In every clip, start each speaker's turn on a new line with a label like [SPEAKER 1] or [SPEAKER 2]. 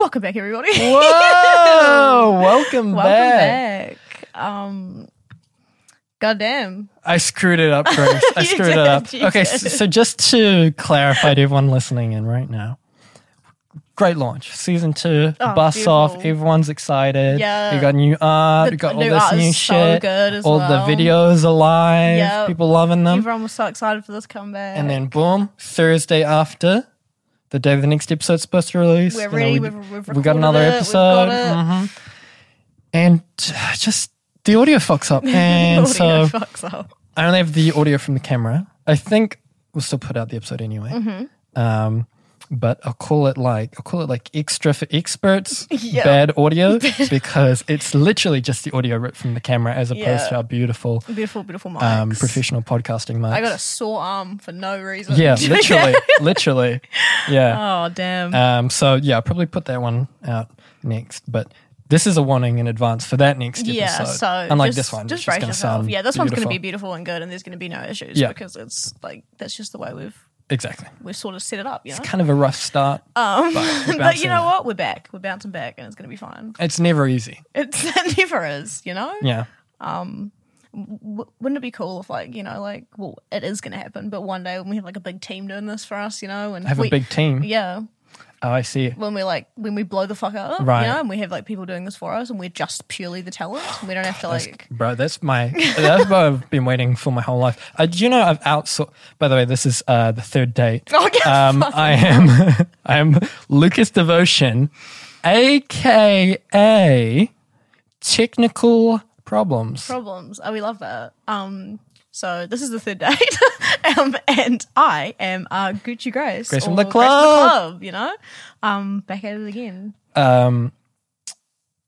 [SPEAKER 1] Welcome back, everybody.
[SPEAKER 2] Whoa! welcome,
[SPEAKER 1] Welcome
[SPEAKER 2] back.
[SPEAKER 1] back. Um, goddamn.
[SPEAKER 2] I screwed it up, Grace. I
[SPEAKER 1] You
[SPEAKER 2] screwed it
[SPEAKER 1] did,
[SPEAKER 2] up.
[SPEAKER 1] you
[SPEAKER 2] Okay, so,
[SPEAKER 1] did.
[SPEAKER 2] so just to clarify to everyone listening in right now, great launch. Season two,
[SPEAKER 1] Oh,
[SPEAKER 2] bus off.
[SPEAKER 1] beautiful.
[SPEAKER 2] Everyone's excited.
[SPEAKER 1] Yeah.
[SPEAKER 2] We got new art. we
[SPEAKER 1] The
[SPEAKER 2] got all
[SPEAKER 1] new
[SPEAKER 2] this
[SPEAKER 1] art
[SPEAKER 2] new
[SPEAKER 1] is so
[SPEAKER 2] shit.
[SPEAKER 1] good as
[SPEAKER 2] all
[SPEAKER 1] well.
[SPEAKER 2] the videos are live.
[SPEAKER 1] Yep.
[SPEAKER 2] People loving them.
[SPEAKER 1] Everyone was so excited for this comeback.
[SPEAKER 2] And then boom, Thursday after the day of the next episode's supposed to release. you
[SPEAKER 1] we're
[SPEAKER 2] know,
[SPEAKER 1] ready.
[SPEAKER 2] we-
[SPEAKER 1] we've, we've
[SPEAKER 2] we got
[SPEAKER 1] recorded
[SPEAKER 2] another
[SPEAKER 1] it, we've
[SPEAKER 2] episode.
[SPEAKER 1] got it.
[SPEAKER 2] mhm. And uh, just the audio fucks up. And
[SPEAKER 1] Audio
[SPEAKER 2] Mm-hmm. so
[SPEAKER 1] fucks up.
[SPEAKER 2] I only have the audio from the camera. I think we'll still put out the episode anyway.
[SPEAKER 1] Mm-hmm.
[SPEAKER 2] Um, but I'll call it like I'll call it like extra for experts,
[SPEAKER 1] Yeah.
[SPEAKER 2] bad audio because it's literally just the audio ripped from the camera as opposed
[SPEAKER 1] Yeah.
[SPEAKER 2] to our beautiful
[SPEAKER 1] Beautiful, beautiful mics.
[SPEAKER 2] um, professional podcasting mics.
[SPEAKER 1] I got a sore arm for no reason.
[SPEAKER 2] yeah, literally, literally, yeah.
[SPEAKER 1] oh damn.
[SPEAKER 2] Um, so yeah, I'll probably put that one out next. But this is a warning in advance for that next
[SPEAKER 1] yeah.
[SPEAKER 2] episode.
[SPEAKER 1] So
[SPEAKER 2] unlike
[SPEAKER 1] just,
[SPEAKER 2] this one,
[SPEAKER 1] just
[SPEAKER 2] just
[SPEAKER 1] brace
[SPEAKER 2] going to
[SPEAKER 1] yourself.
[SPEAKER 2] sound
[SPEAKER 1] Yeah, this one's going to be beautiful and good, and there's going to be no issues
[SPEAKER 2] Yeah.
[SPEAKER 1] because it's like that's just the way we've
[SPEAKER 2] exactly.
[SPEAKER 1] we've sort of set it up. You know.
[SPEAKER 2] Kind of a rough start.
[SPEAKER 1] Um,
[SPEAKER 2] we're
[SPEAKER 1] but,
[SPEAKER 2] bouncing
[SPEAKER 1] you know
[SPEAKER 2] it.
[SPEAKER 1] what? We're back. We're bouncing back, and it's going to be fine.
[SPEAKER 2] It's never easy.
[SPEAKER 1] It's, it never is, you know.
[SPEAKER 2] Yeah,
[SPEAKER 1] W- wouldn't it be cool if, like, you know, like, well, it is going to happen, but one day when we have like a big team doing this for us, you know, and
[SPEAKER 2] I have
[SPEAKER 1] we,
[SPEAKER 2] a big team.
[SPEAKER 1] yeah,
[SPEAKER 2] Oh, I see.
[SPEAKER 1] when we like when we blow the fuck up,
[SPEAKER 2] Right.
[SPEAKER 1] You know, and we have like people doing this for us, and we're just purely the talent. We don't have to like.
[SPEAKER 2] Bro, that's my that's what I've been waiting for my whole life. Uh, do you know I've outsourced? By the way, this is uh, the third date.
[SPEAKER 1] Oh, yeah,
[SPEAKER 2] um, I am I am Lucas Devotion, aka Technical Problems.
[SPEAKER 1] problems. Oh, we love that. Um, so this is the third date, um, and I am uh, Gucci Grace,
[SPEAKER 2] Grace from
[SPEAKER 1] or
[SPEAKER 2] the
[SPEAKER 1] Club, you know, um, back at it again.
[SPEAKER 2] um,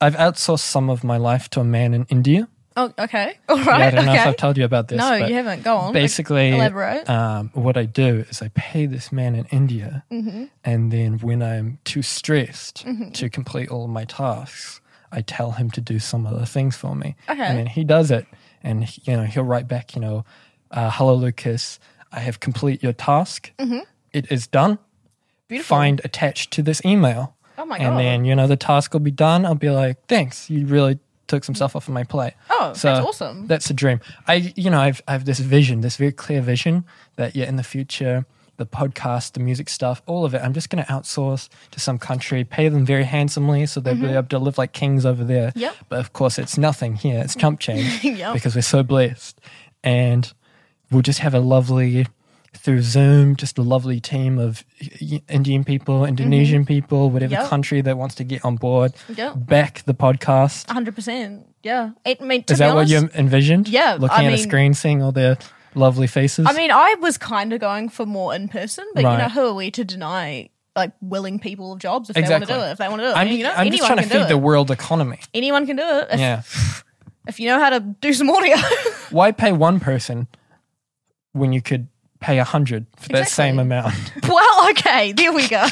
[SPEAKER 2] I've outsourced some of my life to a man in India.
[SPEAKER 1] Oh, okay, all right,
[SPEAKER 2] Yeah, I don't know if
[SPEAKER 1] okay.
[SPEAKER 2] I've told you about this.
[SPEAKER 1] no,
[SPEAKER 2] but
[SPEAKER 1] you haven't. Go on.
[SPEAKER 2] Basically,
[SPEAKER 1] elaborate.
[SPEAKER 2] Um, what I do is I pay this man in India,
[SPEAKER 1] Mm-hmm.
[SPEAKER 2] and then when I'm too stressed to complete all of my tasks, I tell him to do some other things for me.
[SPEAKER 1] Okay.
[SPEAKER 2] And then he does it, and he- you know he'll write back, you know, uh, "Hello, Lucas, I have complete your task.
[SPEAKER 1] Mm-hmm.
[SPEAKER 2] It is done.
[SPEAKER 1] Beautiful.
[SPEAKER 2] Find attached to this email."
[SPEAKER 1] Oh my
[SPEAKER 2] and
[SPEAKER 1] god.
[SPEAKER 2] then you know the task will be done. I'll be like, thanks, you really took some stuff off of my plate.
[SPEAKER 1] oh, that's awesome.
[SPEAKER 2] That's a dream. I you know I've I've this vision, this very clear vision that yeah in the future the podcast, the music stuff, all of it, I'm just going to outsource to some country, pay them very handsomely, so they'll be able to live like kings over there.
[SPEAKER 1] Mm-hmm. Yep.
[SPEAKER 2] But of course, it's nothing here. It's chump change
[SPEAKER 1] Yep.
[SPEAKER 2] because we're so blessed, and we'll just have a lovely through Zoom, just a lovely team of y- Indian people,
[SPEAKER 1] Mm-hmm.
[SPEAKER 2] Indonesian people, whatever
[SPEAKER 1] Yep.
[SPEAKER 2] country that wants to get on board,
[SPEAKER 1] Yep.
[SPEAKER 2] back the podcast.
[SPEAKER 1] Hundred percent. Yeah. It, I mean, Uh, to
[SPEAKER 2] Is
[SPEAKER 1] be
[SPEAKER 2] that
[SPEAKER 1] honest,
[SPEAKER 2] what you envisioned?
[SPEAKER 1] Yeah,
[SPEAKER 2] looking
[SPEAKER 1] I
[SPEAKER 2] at a
[SPEAKER 1] mean-
[SPEAKER 2] screen, seeing all their lovely faces.
[SPEAKER 1] I mean, I was kind of going for more in person, but you know,
[SPEAKER 2] Right.
[SPEAKER 1] who are we to deny like willing people of jobs if they
[SPEAKER 2] Exactly.
[SPEAKER 1] want to do it? If they want to do it,
[SPEAKER 2] I'm,
[SPEAKER 1] you know,
[SPEAKER 2] I'm just
[SPEAKER 1] anyone
[SPEAKER 2] trying to
[SPEAKER 1] can do
[SPEAKER 2] feed
[SPEAKER 1] it.
[SPEAKER 2] the world economy.
[SPEAKER 1] anyone can do it if,
[SPEAKER 2] Yeah,
[SPEAKER 1] if you know how to do some audio.
[SPEAKER 2] why pay one person when you could pay a hundred for that same
[SPEAKER 1] Exactly.
[SPEAKER 2] amount?
[SPEAKER 1] well, okay, there we go.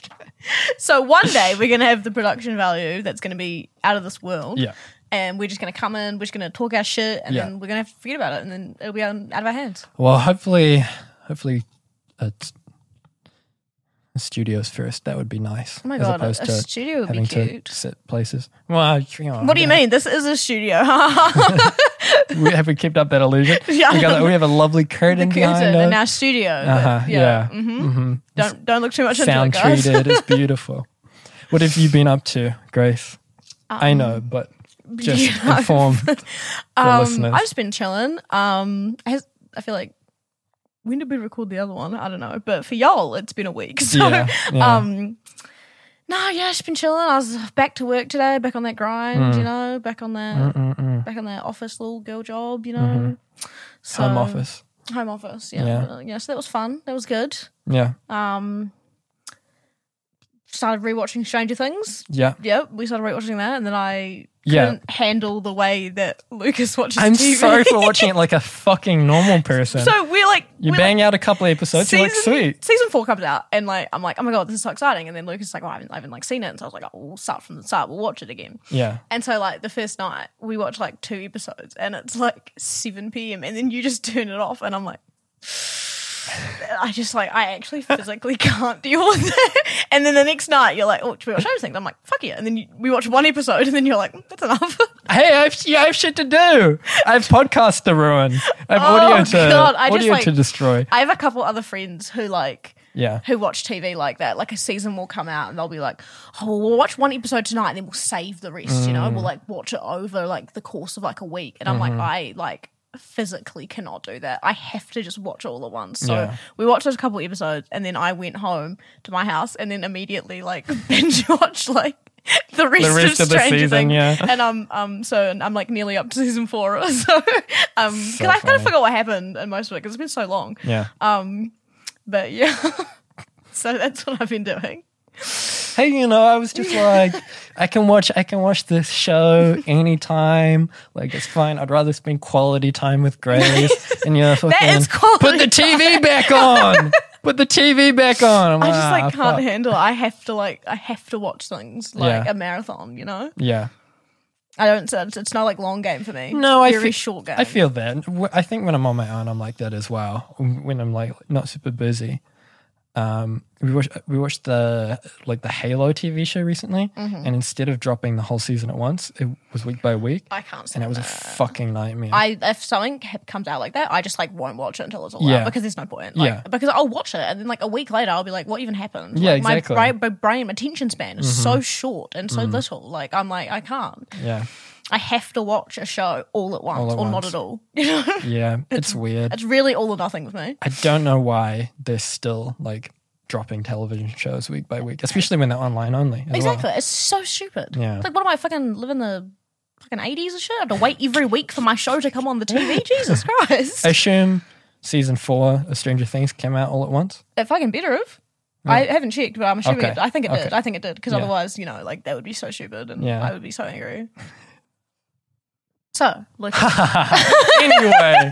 [SPEAKER 1] so one day we're going to have the production value that's going to be out of this world.
[SPEAKER 2] yeah,
[SPEAKER 1] And we're just going to come in, we're just going to talk our shit, and
[SPEAKER 2] Yeah.
[SPEAKER 1] then we're going to forget about it, and then it'll be on, out of our hands.
[SPEAKER 2] well, hopefully, hopefully, it's studios first. That would be nice.
[SPEAKER 1] Oh my
[SPEAKER 2] as
[SPEAKER 1] god, a, a
[SPEAKER 2] opposed to
[SPEAKER 1] studio would be
[SPEAKER 2] having to
[SPEAKER 1] cute.
[SPEAKER 2] sit places. Well, you know,
[SPEAKER 1] What do you
[SPEAKER 2] yeah.
[SPEAKER 1] mean? This is a studio.
[SPEAKER 2] We, have we kept up that illusion?
[SPEAKER 1] Yeah.
[SPEAKER 2] we, got, we have a lovely curtain behind
[SPEAKER 1] curtain
[SPEAKER 2] us.
[SPEAKER 1] in our studio. but
[SPEAKER 2] Uh-huh, yeah.
[SPEAKER 1] Mm-hmm. Don't don't look too much
[SPEAKER 2] sound
[SPEAKER 1] into it, guys.
[SPEAKER 2] treated. It's beautiful. What have you been up to, Grace? I
[SPEAKER 1] Um,
[SPEAKER 2] know, but just
[SPEAKER 1] you know.
[SPEAKER 2] inform the
[SPEAKER 1] Um,
[SPEAKER 2] listeners.
[SPEAKER 1] I've just been chilling. Um, has, I feel like when did we record the other one? I don't know, but for y'all, it's been a week. So,
[SPEAKER 2] Yeah, yeah.
[SPEAKER 1] um, no, yeah, just been chilling. I was back to work today, back on that grind,
[SPEAKER 2] Mm.
[SPEAKER 1] you know, back on that, back on that office little girl job, you know, so,
[SPEAKER 2] Home Mm-hmm. office.
[SPEAKER 1] home office, yeah,
[SPEAKER 2] Yeah.
[SPEAKER 1] yeah. So that was fun. That was good.
[SPEAKER 2] Yeah,
[SPEAKER 1] Um, started rewatching Stranger Things.
[SPEAKER 2] yeah.
[SPEAKER 1] Yep, we started rewatching that, and then I
[SPEAKER 2] Yeah.
[SPEAKER 1] couldn't handle the way that Lucas watches
[SPEAKER 2] I'm
[SPEAKER 1] TV.
[SPEAKER 2] sorry for watching it like a fucking normal person.
[SPEAKER 1] so we're like,
[SPEAKER 2] you
[SPEAKER 1] we're
[SPEAKER 2] bang
[SPEAKER 1] like,
[SPEAKER 2] out a couple of episodes, you're like, sweet.
[SPEAKER 1] Season four comes out, and like I'm like, oh my god, this is so exciting. And then Lucas is like, well, I haven't, I haven't like seen it, and so I was like, oh, we'll start from the start. We'll watch it again.
[SPEAKER 2] Yeah.
[SPEAKER 1] And so like the first night, we watched like two episodes, and it's like 7 p.m. And then you just turn it off, and I'm like. I just like I actually physically can't deal with it. And then the next night you're like, oh, should we watch those things? I'm like, fuck yeah. And then you, we watch one episode, and then you're like, mm, that's enough.
[SPEAKER 2] Hey, I've yeah, I've shit to do. I've podcasts to ruin. I've
[SPEAKER 1] Oh,
[SPEAKER 2] audio to
[SPEAKER 1] God, I just,
[SPEAKER 2] audio
[SPEAKER 1] like-
[SPEAKER 2] to destroy.
[SPEAKER 1] I have a couple other friends who like
[SPEAKER 2] Yeah.
[SPEAKER 1] who watch TV like that. Like a season will come out and they'll be like, "Oh, we'll watch one episode tonight, and then we'll save the rest." You
[SPEAKER 2] Mm.
[SPEAKER 1] know, we'll like watch it over like the course of like a week. And I'm
[SPEAKER 2] Mm-hmm.
[SPEAKER 1] like, I like physically cannot do that. I have to just watch all at once. So
[SPEAKER 2] Yeah.
[SPEAKER 1] we watched those couple episodes, and then I went home to my house, and then immediately like binge watched like. The rest,
[SPEAKER 2] rest
[SPEAKER 1] of,
[SPEAKER 2] of the
[SPEAKER 1] Stranger
[SPEAKER 2] season,
[SPEAKER 1] Things,
[SPEAKER 2] yeah.
[SPEAKER 1] and um, um, so and I'm like nearly up to season four or so, um, because I kind
[SPEAKER 2] funny.
[SPEAKER 1] of forgot what happened in most of it because it's been so long.
[SPEAKER 2] Yeah.
[SPEAKER 1] But yeah. so that's what I've been doing.
[SPEAKER 2] hey, you know, I was just like, I can watch, I can watch this show anytime. Like, it's fine. I'd rather spend quality time with Grace. and you're fucking
[SPEAKER 1] is quality
[SPEAKER 2] put the TV back on. put the TV back on. I'm
[SPEAKER 1] I just
[SPEAKER 2] "Ah,
[SPEAKER 1] like can't
[SPEAKER 2] fuck."
[SPEAKER 1] handle it. I have to like I have to watch things like
[SPEAKER 2] Yeah.
[SPEAKER 1] a marathon, you know?
[SPEAKER 2] Yeah.
[SPEAKER 1] I don't it's, it's not like long game for me.
[SPEAKER 2] No, I
[SPEAKER 1] Very
[SPEAKER 2] fe-
[SPEAKER 1] short game.
[SPEAKER 2] I feel that. W- I think when I'm on my own, I'm like that as well. When I'm like not super busy. Um, we watched we watched the like the Halo TV show recently,
[SPEAKER 1] Mm-hmm.
[SPEAKER 2] and instead of dropping the whole season at once, it was week by week,
[SPEAKER 1] I can't see
[SPEAKER 2] and it was a
[SPEAKER 1] that.
[SPEAKER 2] fucking nightmare.
[SPEAKER 1] I if something ha- comes out like that, I just like won't watch it until it's all
[SPEAKER 2] Yeah.
[SPEAKER 1] out because there's no point. Like,
[SPEAKER 2] Yeah.
[SPEAKER 1] Because I'll watch it and then like a week later I'll be like, what even happened?
[SPEAKER 2] Yeah,
[SPEAKER 1] like, my
[SPEAKER 2] exactly. Mm-hmm.
[SPEAKER 1] bri- My brain attention span is so short and so little. Like I'm like I can't.
[SPEAKER 2] yeah,
[SPEAKER 1] I have to watch a show all at once
[SPEAKER 2] at
[SPEAKER 1] or not
[SPEAKER 2] once.
[SPEAKER 1] at all. You know,
[SPEAKER 2] yeah, it's weird.
[SPEAKER 1] it's really all or nothing with me.
[SPEAKER 2] I don't know why they're still like dropping television shows week by week, especially when they're online only. as well.
[SPEAKER 1] Exactly. It's so stupid.
[SPEAKER 2] Yeah.
[SPEAKER 1] It's like, what am I fucking live in the fucking eighties and shit? I have to wait every week for my show to come on the TV. Jesus Christ.
[SPEAKER 2] I assume season four of Stranger Things came out all at once.
[SPEAKER 1] It fucking better have. I haven't checked, but I'm assuming
[SPEAKER 2] Okay.
[SPEAKER 1] it, I think it did.
[SPEAKER 2] Okay.
[SPEAKER 1] I think it did because
[SPEAKER 2] Yeah.
[SPEAKER 1] otherwise, you know, like that would be so stupid, and
[SPEAKER 2] Yeah.
[SPEAKER 1] I would be so angry. So, look,
[SPEAKER 2] anyway,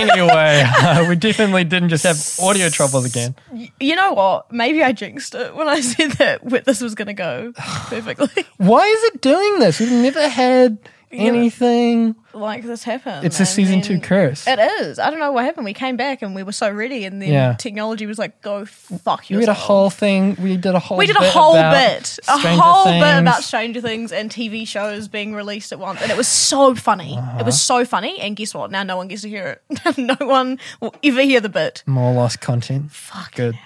[SPEAKER 2] anyway, uh, we definitely didn't just have audio troubles again.
[SPEAKER 1] y- you know what? Maybe I jinxed it when I said that wh- this was going to go perfectly.
[SPEAKER 2] Why is it doing this? We've never had anything.
[SPEAKER 1] like this happened.
[SPEAKER 2] It's a
[SPEAKER 1] and
[SPEAKER 2] season two
[SPEAKER 1] then-
[SPEAKER 2] curse.
[SPEAKER 1] It is. I don't know what happened. We came back and we were so ready, and then
[SPEAKER 2] Yeah.
[SPEAKER 1] technology was like, "Go fuck
[SPEAKER 2] We
[SPEAKER 1] yourself."
[SPEAKER 2] did a whole thing. We did a whole.
[SPEAKER 1] We did a
[SPEAKER 2] bit
[SPEAKER 1] whole
[SPEAKER 2] about
[SPEAKER 1] bit, a
[SPEAKER 2] Stranger
[SPEAKER 1] whole bit about
[SPEAKER 2] Things.
[SPEAKER 1] Stranger Things and TV shows being released at once, and it was so funny.
[SPEAKER 2] Uh-huh.
[SPEAKER 1] It was so funny, and guess what? Now no one gets to hear it. no one will ever hear the bit.
[SPEAKER 2] more lost content.
[SPEAKER 1] Fuck.
[SPEAKER 2] Good.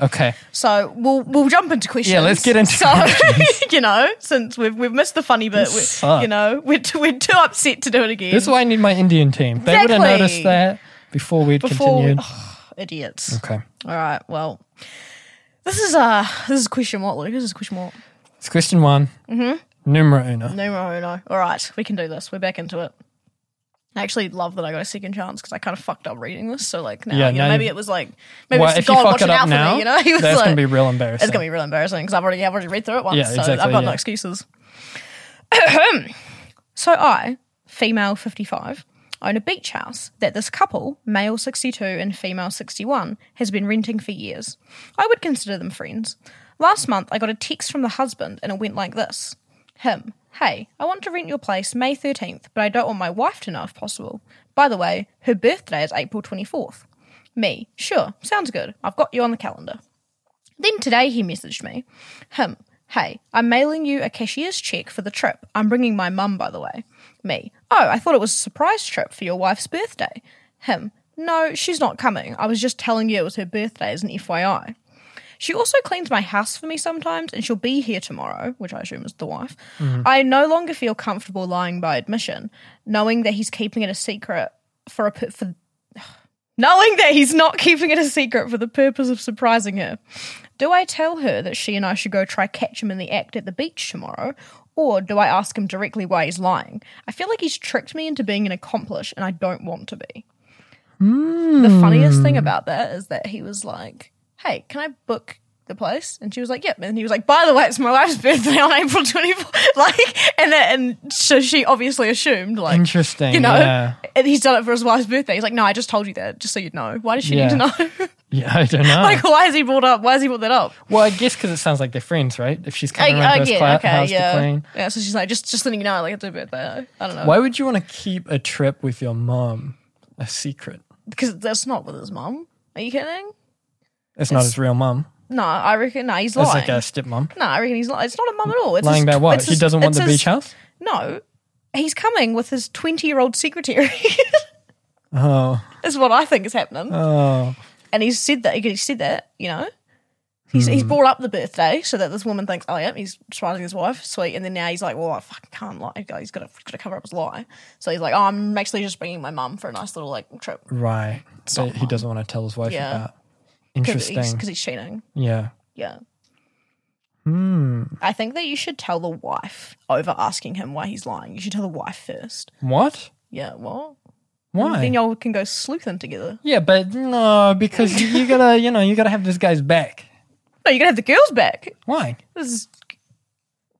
[SPEAKER 2] Okay.
[SPEAKER 1] So we'll we'll jump into questions.
[SPEAKER 2] Yeah, let's get into
[SPEAKER 1] so you know since we've we've missed the funny bit, we,
[SPEAKER 2] sucks.
[SPEAKER 1] you know we're too, we're too upset to do it again.
[SPEAKER 2] This is why I need my Indian team. They would
[SPEAKER 1] Exactly.
[SPEAKER 2] have noticed that before we'd
[SPEAKER 1] Before-
[SPEAKER 2] continued.
[SPEAKER 1] idiots.
[SPEAKER 2] Okay.
[SPEAKER 1] All right, well. This is uh this is question what, Luke? This is question what?
[SPEAKER 2] It's question one. Mm-hmm. Numero uno.
[SPEAKER 1] Numero uno. All right, we can do this. We're back into it. I actually love that I got a second chance because I kind of fucked up reading this. So like now,
[SPEAKER 2] Yeah,
[SPEAKER 1] you know,
[SPEAKER 2] now
[SPEAKER 1] maybe
[SPEAKER 2] you-
[SPEAKER 1] it was like maybe
[SPEAKER 2] well,
[SPEAKER 1] it's
[SPEAKER 2] if you
[SPEAKER 1] God
[SPEAKER 2] fuck
[SPEAKER 1] watching
[SPEAKER 2] it
[SPEAKER 1] out
[SPEAKER 2] up
[SPEAKER 1] for
[SPEAKER 2] now,
[SPEAKER 1] me. You know, He was
[SPEAKER 2] that's
[SPEAKER 1] like,
[SPEAKER 2] gonna be real embarrassing.
[SPEAKER 1] it's gonna be real embarrassing because I've already I've already read through it once,
[SPEAKER 2] Yeah,
[SPEAKER 1] so I've
[SPEAKER 2] exactly,
[SPEAKER 1] got no
[SPEAKER 2] yeah.
[SPEAKER 1] excuses. so I, female fifty five, own a beach house that this couple, male sixty two and female sixty one, has been renting for years. I would consider them friends. Last month, I got a text from the husband, and it went like this: Him, hey, I want to rent your place May thirteenth, but I don't want my wife to know if possible. By the way, her birthday is April twenty fourth. Me, sure, sounds good. I've got you on the calendar. Then today he messaged me. Him, hey, I'm mailing you a cashier's check for the trip. I'm bringing my mum, by the way. Me, oh, I thought it was a surprise trip for your wife's birthday. Him, no, she's not coming. I was just telling you it was her birthday as an FYI. She also cleans my house for me sometimes, and she'll be here tomorrow, which I assume is the wife. I no longer feel comfortable lying by admission, knowing that he's keeping it a secret for a per- for knowing that he's not keeping it a secret for the purpose of surprising her. Do I tell her that she and I should go try catch him in the act at the beach tomorrow, or do I ask him directly why he's lying? I feel like he's tricked me into being an accomplice, and I don't want to be. The funniest thing about that is that he was like, "Hey, can I book?" The place, and she was like, "Yep." And he was like, "By the way, it's my wife's birthday on April 24th. Like, and that, and so she obviously assumed, like,
[SPEAKER 2] Interesting.
[SPEAKER 1] you know,
[SPEAKER 2] Yeah.
[SPEAKER 1] and he's done it for his wife's birthday. He's like, no, I just told you that, just so you'd know. Why does she need to
[SPEAKER 2] Yeah.
[SPEAKER 1] know?
[SPEAKER 2] Yeah, I don't know.
[SPEAKER 1] like, why has he brought up? Why has he brought that up?
[SPEAKER 2] well, I guess because it sounds like they're friends, right? If she's coming around
[SPEAKER 1] I,
[SPEAKER 2] to
[SPEAKER 1] I
[SPEAKER 2] his
[SPEAKER 1] get,
[SPEAKER 2] cla-
[SPEAKER 1] okay,
[SPEAKER 2] house to
[SPEAKER 1] yeah,
[SPEAKER 2] clean.
[SPEAKER 1] yeah. So she's like, just, just letting you know, like it's her birthday. I don't know,
[SPEAKER 2] Why would you want to keep a trip with your mom a secret?
[SPEAKER 1] because that's not with his mum. Are you kidding?
[SPEAKER 2] It's not his real mum.
[SPEAKER 1] No, I reckon. No, he's
[SPEAKER 2] It's
[SPEAKER 1] lying.
[SPEAKER 2] like a stepmom.
[SPEAKER 1] no, I reckon he's lying. It's not a mum at all. It's
[SPEAKER 2] Lying
[SPEAKER 1] his-
[SPEAKER 2] about what?
[SPEAKER 1] it's
[SPEAKER 2] She
[SPEAKER 1] his-
[SPEAKER 2] doesn't want
[SPEAKER 1] it's
[SPEAKER 2] the
[SPEAKER 1] his-
[SPEAKER 2] beach house?
[SPEAKER 1] No, he's coming with his twenty-year-old secretary.
[SPEAKER 2] Oh.
[SPEAKER 1] is what I think is happening.
[SPEAKER 2] Oh.
[SPEAKER 1] and he's said that he said that you know he's he's
[SPEAKER 2] Hmm.
[SPEAKER 1] brought up the birthday so that this woman thinks oh yeah he's surprising his wife sweet and then now he's like well I fucking can't lie he's got to got to cover up his lie so he's like oh I'm actually just bringing my mum for a nice little like trip
[SPEAKER 2] Right. So he doesn't want to tell his wife
[SPEAKER 1] Yeah.
[SPEAKER 2] about.
[SPEAKER 1] because
[SPEAKER 2] Interesting.
[SPEAKER 1] he's, 'cause he's cheating
[SPEAKER 2] yeah.
[SPEAKER 1] yeah
[SPEAKER 2] Hmm.
[SPEAKER 1] I think that you should tell the wife over asking him why he's lying you should tell the wife first
[SPEAKER 2] What?
[SPEAKER 1] yeah well
[SPEAKER 2] Why?
[SPEAKER 1] then y'all can go sleuthing together
[SPEAKER 2] yeah, but no, because you gotta, you know, you gotta have this guy's back.
[SPEAKER 1] no you're gonna have the girls back
[SPEAKER 2] Why?
[SPEAKER 1] this is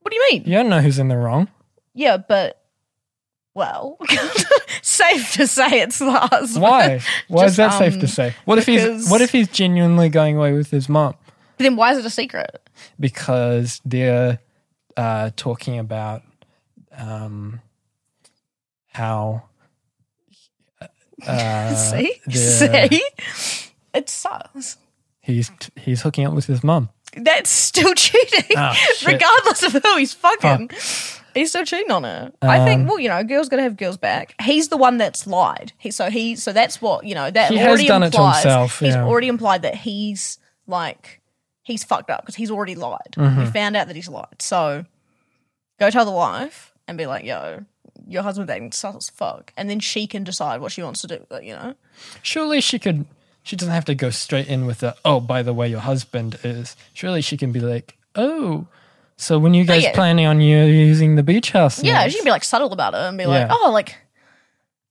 [SPEAKER 1] what do you mean
[SPEAKER 2] You don't know who's in the wrong.
[SPEAKER 1] Yeah, but well, safe to say it's the husband.
[SPEAKER 2] Why? Why
[SPEAKER 1] Just,
[SPEAKER 2] is that safe
[SPEAKER 1] um,
[SPEAKER 2] to say? What if he's
[SPEAKER 1] because-
[SPEAKER 2] What if he's genuinely going away with his mom
[SPEAKER 1] But then why is it a secret?
[SPEAKER 2] because they're uh, talking about um, how uh,
[SPEAKER 1] See,
[SPEAKER 2] they're-
[SPEAKER 1] see, it sucks.
[SPEAKER 2] he's he's hooking up with his mom.
[SPEAKER 1] That's still cheating,
[SPEAKER 2] Ah, shit.
[SPEAKER 1] regardless of who he's fucking. He's still cheating on her. I
[SPEAKER 2] Um,
[SPEAKER 1] think. Well, you know, a girl's gotta have girls back. He's the one that's lied. He so he so that's what you know that
[SPEAKER 2] He has
[SPEAKER 1] already
[SPEAKER 2] done it to
[SPEAKER 1] implies.
[SPEAKER 2] himself,
[SPEAKER 1] He's
[SPEAKER 2] yeah.
[SPEAKER 1] already implied that he's like he's fucked up because he's already lied.
[SPEAKER 2] Mm-hmm.
[SPEAKER 1] We found out that he's lied. So go tell the wife and be like, yo. Your husband's acting sus as fuck, and then she can decide what she wants to do. with it, You know,
[SPEAKER 2] Surely she could. She doesn't have to go straight in with the oh, by the way, your husband is. Surely she can be like, oh, so when you guys
[SPEAKER 1] Oh, yeah.
[SPEAKER 2] planning on you using the beach house?
[SPEAKER 1] yeah,
[SPEAKER 2] next?"
[SPEAKER 1] she can be like subtle about it and be like,
[SPEAKER 2] Yeah.
[SPEAKER 1] oh, like,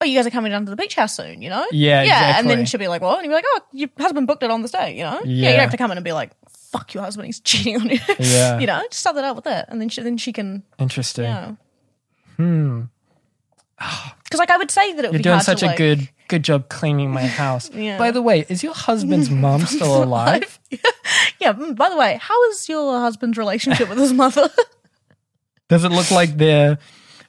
[SPEAKER 1] oh, you guys are coming down to the beach house soon, you know?
[SPEAKER 2] Yeah,
[SPEAKER 1] yeah. And
[SPEAKER 2] exactly.
[SPEAKER 1] then she'll be like, well, and you'll be like, oh, your husband booked it on this day, you know? Yeah, you
[SPEAKER 2] Yeah.
[SPEAKER 1] don't have to come in and be like, fuck your husband, he's cheating on you.
[SPEAKER 2] Yeah.
[SPEAKER 1] you know, just sub that out with that, and then she then she can,
[SPEAKER 2] Interesting.
[SPEAKER 1] you know. Hmm. Because like I would say that it would
[SPEAKER 2] Hmm. You're
[SPEAKER 1] be
[SPEAKER 2] doing
[SPEAKER 1] hard
[SPEAKER 2] such
[SPEAKER 1] to,
[SPEAKER 2] a
[SPEAKER 1] like,
[SPEAKER 2] good good job cleaning my house.
[SPEAKER 1] Yeah.
[SPEAKER 2] By the way, is your husband's mom still alive?
[SPEAKER 1] yeah. mm, By the way, how is your husband's relationship with his mother?
[SPEAKER 2] Does it look like they're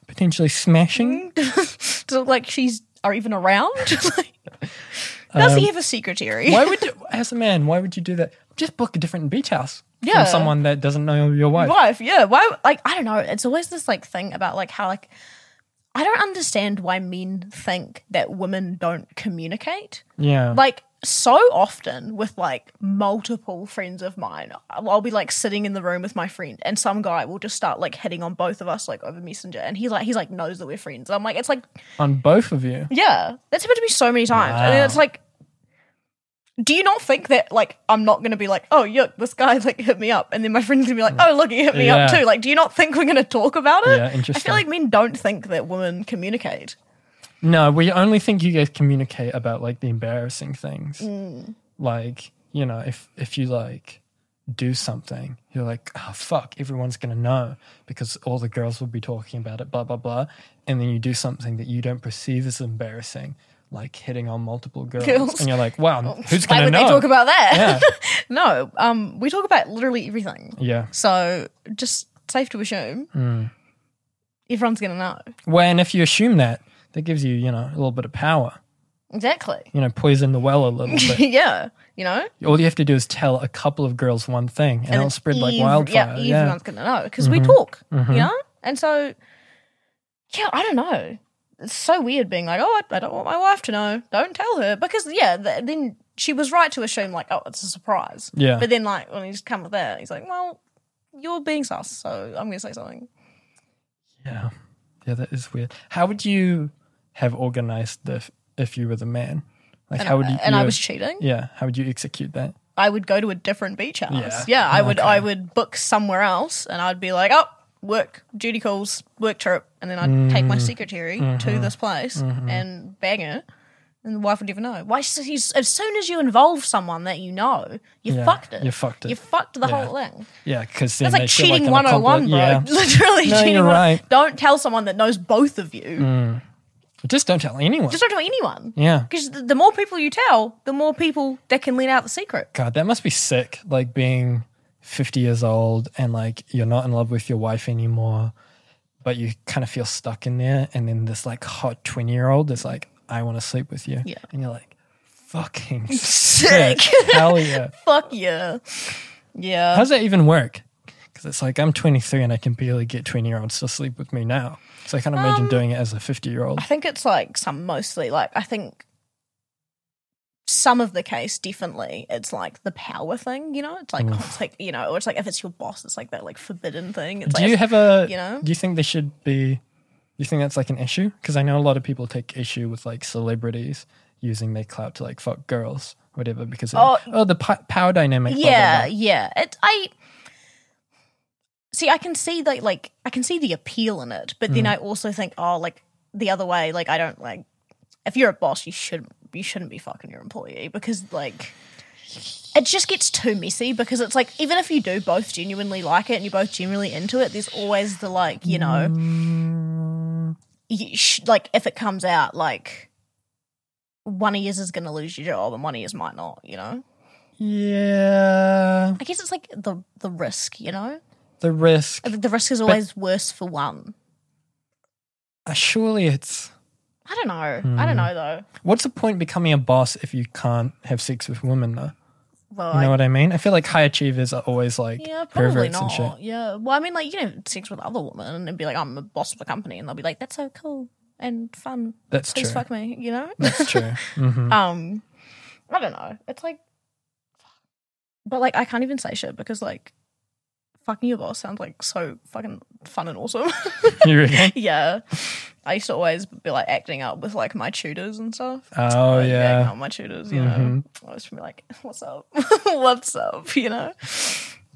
[SPEAKER 2] potentially smashing?
[SPEAKER 1] Does it look like she's are even around? like, does
[SPEAKER 2] Um,
[SPEAKER 1] he have a secretary?
[SPEAKER 2] Why would you, as a man, why would you do that? Just book a different beach house
[SPEAKER 1] Yeah.
[SPEAKER 2] from someone that doesn't know your wife.
[SPEAKER 1] wife. Yeah. Why? Like, I don't know. It's always this like thing about like how like I don't understand why men think that women don't communicate.
[SPEAKER 2] Yeah.
[SPEAKER 1] Like so often with like multiple friends of mine, I'll I'll be like sitting in the room with my friend, and some guy will just start like hitting on both of us like over messenger, and he's like he's like knows that we're friends. And I'm like, it's like
[SPEAKER 2] on both of you.
[SPEAKER 1] yeah, that's happened to me so many times, and then
[SPEAKER 2] Wow.
[SPEAKER 1] it's like. Do you not think that like I'm not gonna be like, oh yuck, this guy like hit me up, and then my friend's gonna be like, oh look, he hit me up
[SPEAKER 2] Mm. Yeah.
[SPEAKER 1] too. Like, do you not think we're gonna talk about it?
[SPEAKER 2] Yeah,
[SPEAKER 1] I
[SPEAKER 2] interesting.
[SPEAKER 1] feel like men don't think that women communicate.
[SPEAKER 2] No, we only think you guys communicate about like the embarrassing things.
[SPEAKER 1] Mm.
[SPEAKER 2] Like, you know, if if you like do something, you're like, oh fuck, everyone's gonna know because all the girls will be talking about it, blah blah blah. And then you do something that you don't perceive as embarrassing, like hitting on multiple girls,
[SPEAKER 1] Girls.
[SPEAKER 2] and you're like, wow, who's
[SPEAKER 1] Why
[SPEAKER 2] gonna
[SPEAKER 1] would
[SPEAKER 2] know?
[SPEAKER 1] they talk about that?
[SPEAKER 2] yeah,
[SPEAKER 1] no, um, we talk about literally everything.
[SPEAKER 2] yeah.
[SPEAKER 1] So just safe to assume
[SPEAKER 2] Mm.
[SPEAKER 1] everyone's gonna know
[SPEAKER 2] Well, and if you assume that, that gives you, you know, a little bit of power.
[SPEAKER 1] exactly.
[SPEAKER 2] You know, poison the well a little bit.
[SPEAKER 1] yeah, you know,
[SPEAKER 2] All you have to do is tell a couple of girls one thing, and, it'll spread like
[SPEAKER 1] Ev-
[SPEAKER 2] wildfire.
[SPEAKER 1] Yeah,
[SPEAKER 2] Yeah, Mm-hmm.
[SPEAKER 1] everyone's gonna know because we talk, you know. And so, yeah, I don't know. It's so weird being like, oh, I, I don't want my wife to know. Don't tell her because yeah, th- then she was right to assume like, oh, it's a surprise.
[SPEAKER 2] Yeah.
[SPEAKER 1] But then like when he's come with that, he's like, well, you're being sus, so I'm gonna say something.
[SPEAKER 2] Yeah. Yeah, that is weird. How would you have organized the if, if you were the man? Like how would you
[SPEAKER 1] Uh, and
[SPEAKER 2] you
[SPEAKER 1] I
[SPEAKER 2] have-
[SPEAKER 1] was cheating.
[SPEAKER 2] Yeah, how would you execute that?
[SPEAKER 1] I would go to a different beach house. Yeah,
[SPEAKER 2] Yeah.
[SPEAKER 1] I would. I would book somewhere else, and I'd be like, oh, work duty calls, work trip, and then I'd take
[SPEAKER 2] Mm-hmm.
[SPEAKER 1] my secretary to this place and bang her. And the wife would never know. Why? She's, she's- as soon as you involve someone that you know, you
[SPEAKER 2] Yeah,
[SPEAKER 1] fucked it.
[SPEAKER 2] you fucked it.
[SPEAKER 1] You fucked the
[SPEAKER 2] Yeah.
[SPEAKER 1] whole thing.
[SPEAKER 2] Yeah, because then
[SPEAKER 1] It's like
[SPEAKER 2] they feel
[SPEAKER 1] cheating
[SPEAKER 2] an
[SPEAKER 1] 101, bro.
[SPEAKER 2] accomplice. Yeah.
[SPEAKER 1] Literally
[SPEAKER 2] No,
[SPEAKER 1] cheating.
[SPEAKER 2] you're
[SPEAKER 1] 101.
[SPEAKER 2] right.
[SPEAKER 1] Don't tell someone that knows both of you.
[SPEAKER 2] Just don't tell anyone.
[SPEAKER 1] Just don't tell anyone.
[SPEAKER 2] yeah.
[SPEAKER 1] Because the more people you tell, the more people that can let out the secret.
[SPEAKER 2] God, that must be sick. Like being 50 years old and like you're not in love with your wife anymore, but you kind of feel stuck in there. And then this like hot 20 year old is like, I want to sleep with you.
[SPEAKER 1] Yeah.
[SPEAKER 2] And you're like, fucking
[SPEAKER 1] Sick.
[SPEAKER 2] sick. Hell yeah.
[SPEAKER 1] Fuck yeah. Yeah.
[SPEAKER 2] How does that even work? Because it's like I'm 23 and I can barely get 20 year olds to sleep with me now. So I can't imagine
[SPEAKER 1] Um,
[SPEAKER 2] doing it as a 50 year old.
[SPEAKER 1] I think it's like some mostly like I think some of the case definitely it's like the power thing, you know. It's
[SPEAKER 2] Mm.
[SPEAKER 1] like it's like you know, or it's like if it's your boss, it's like that like forbidden thing. It's
[SPEAKER 2] Do
[SPEAKER 1] like
[SPEAKER 2] you have a?
[SPEAKER 1] you know?
[SPEAKER 2] Do you think they should be? Do you think that's like an issue? Because I know a lot of people take issue with like celebrities using their clout to like fuck girls, whatever. Because oh,
[SPEAKER 1] Oh.
[SPEAKER 2] oh the pi- power dynamic. blah, blah,
[SPEAKER 1] yeah,
[SPEAKER 2] blah.
[SPEAKER 1] yeah. It I see. I can see that like I can see the appeal in it, but then I also think oh like the other way like I don't like if you're a boss you should you shouldn't be fucking your employee because like it just gets too messy because it's like even if you do both genuinely like it and you're both genuinely into it, there's always the like you know you sh- like if it comes out like one of yours is going to lose your job and one of yours might not you know
[SPEAKER 2] Yeah,
[SPEAKER 1] i guess it's like the the risk you know
[SPEAKER 2] the risk.
[SPEAKER 1] I think the risk is always worse for one.
[SPEAKER 2] Uh, surely it's.
[SPEAKER 1] I don't know. I
[SPEAKER 2] Hmm.
[SPEAKER 1] don't know though.
[SPEAKER 2] What's the point of becoming a boss if you can't have sex with women though?
[SPEAKER 1] Well,
[SPEAKER 2] You know
[SPEAKER 1] I,
[SPEAKER 2] what I mean? I feel like high achievers are always like
[SPEAKER 1] yeah, probably
[SPEAKER 2] perverts and shit.
[SPEAKER 1] not. Yeah. Well, I mean, like you can have sex with other women and be like, I'm the boss of a company, and they'll be like, that's so cool and fun.
[SPEAKER 2] That's
[SPEAKER 1] Please
[SPEAKER 2] true.
[SPEAKER 1] fuck me. You know.
[SPEAKER 2] That's true. hmm
[SPEAKER 1] um, I don't know. It's like, but like I can't even say shit because like fucking your boss sounds like so fucking fun and awesome.
[SPEAKER 2] you reckon?
[SPEAKER 1] yeah. I used to always be like acting up with like my tutors and stuff.
[SPEAKER 2] Oh
[SPEAKER 1] like, yeah,
[SPEAKER 2] yeah. Mm-hmm.
[SPEAKER 1] not my tutors, you know. I was be like, what's up? what's up? You know?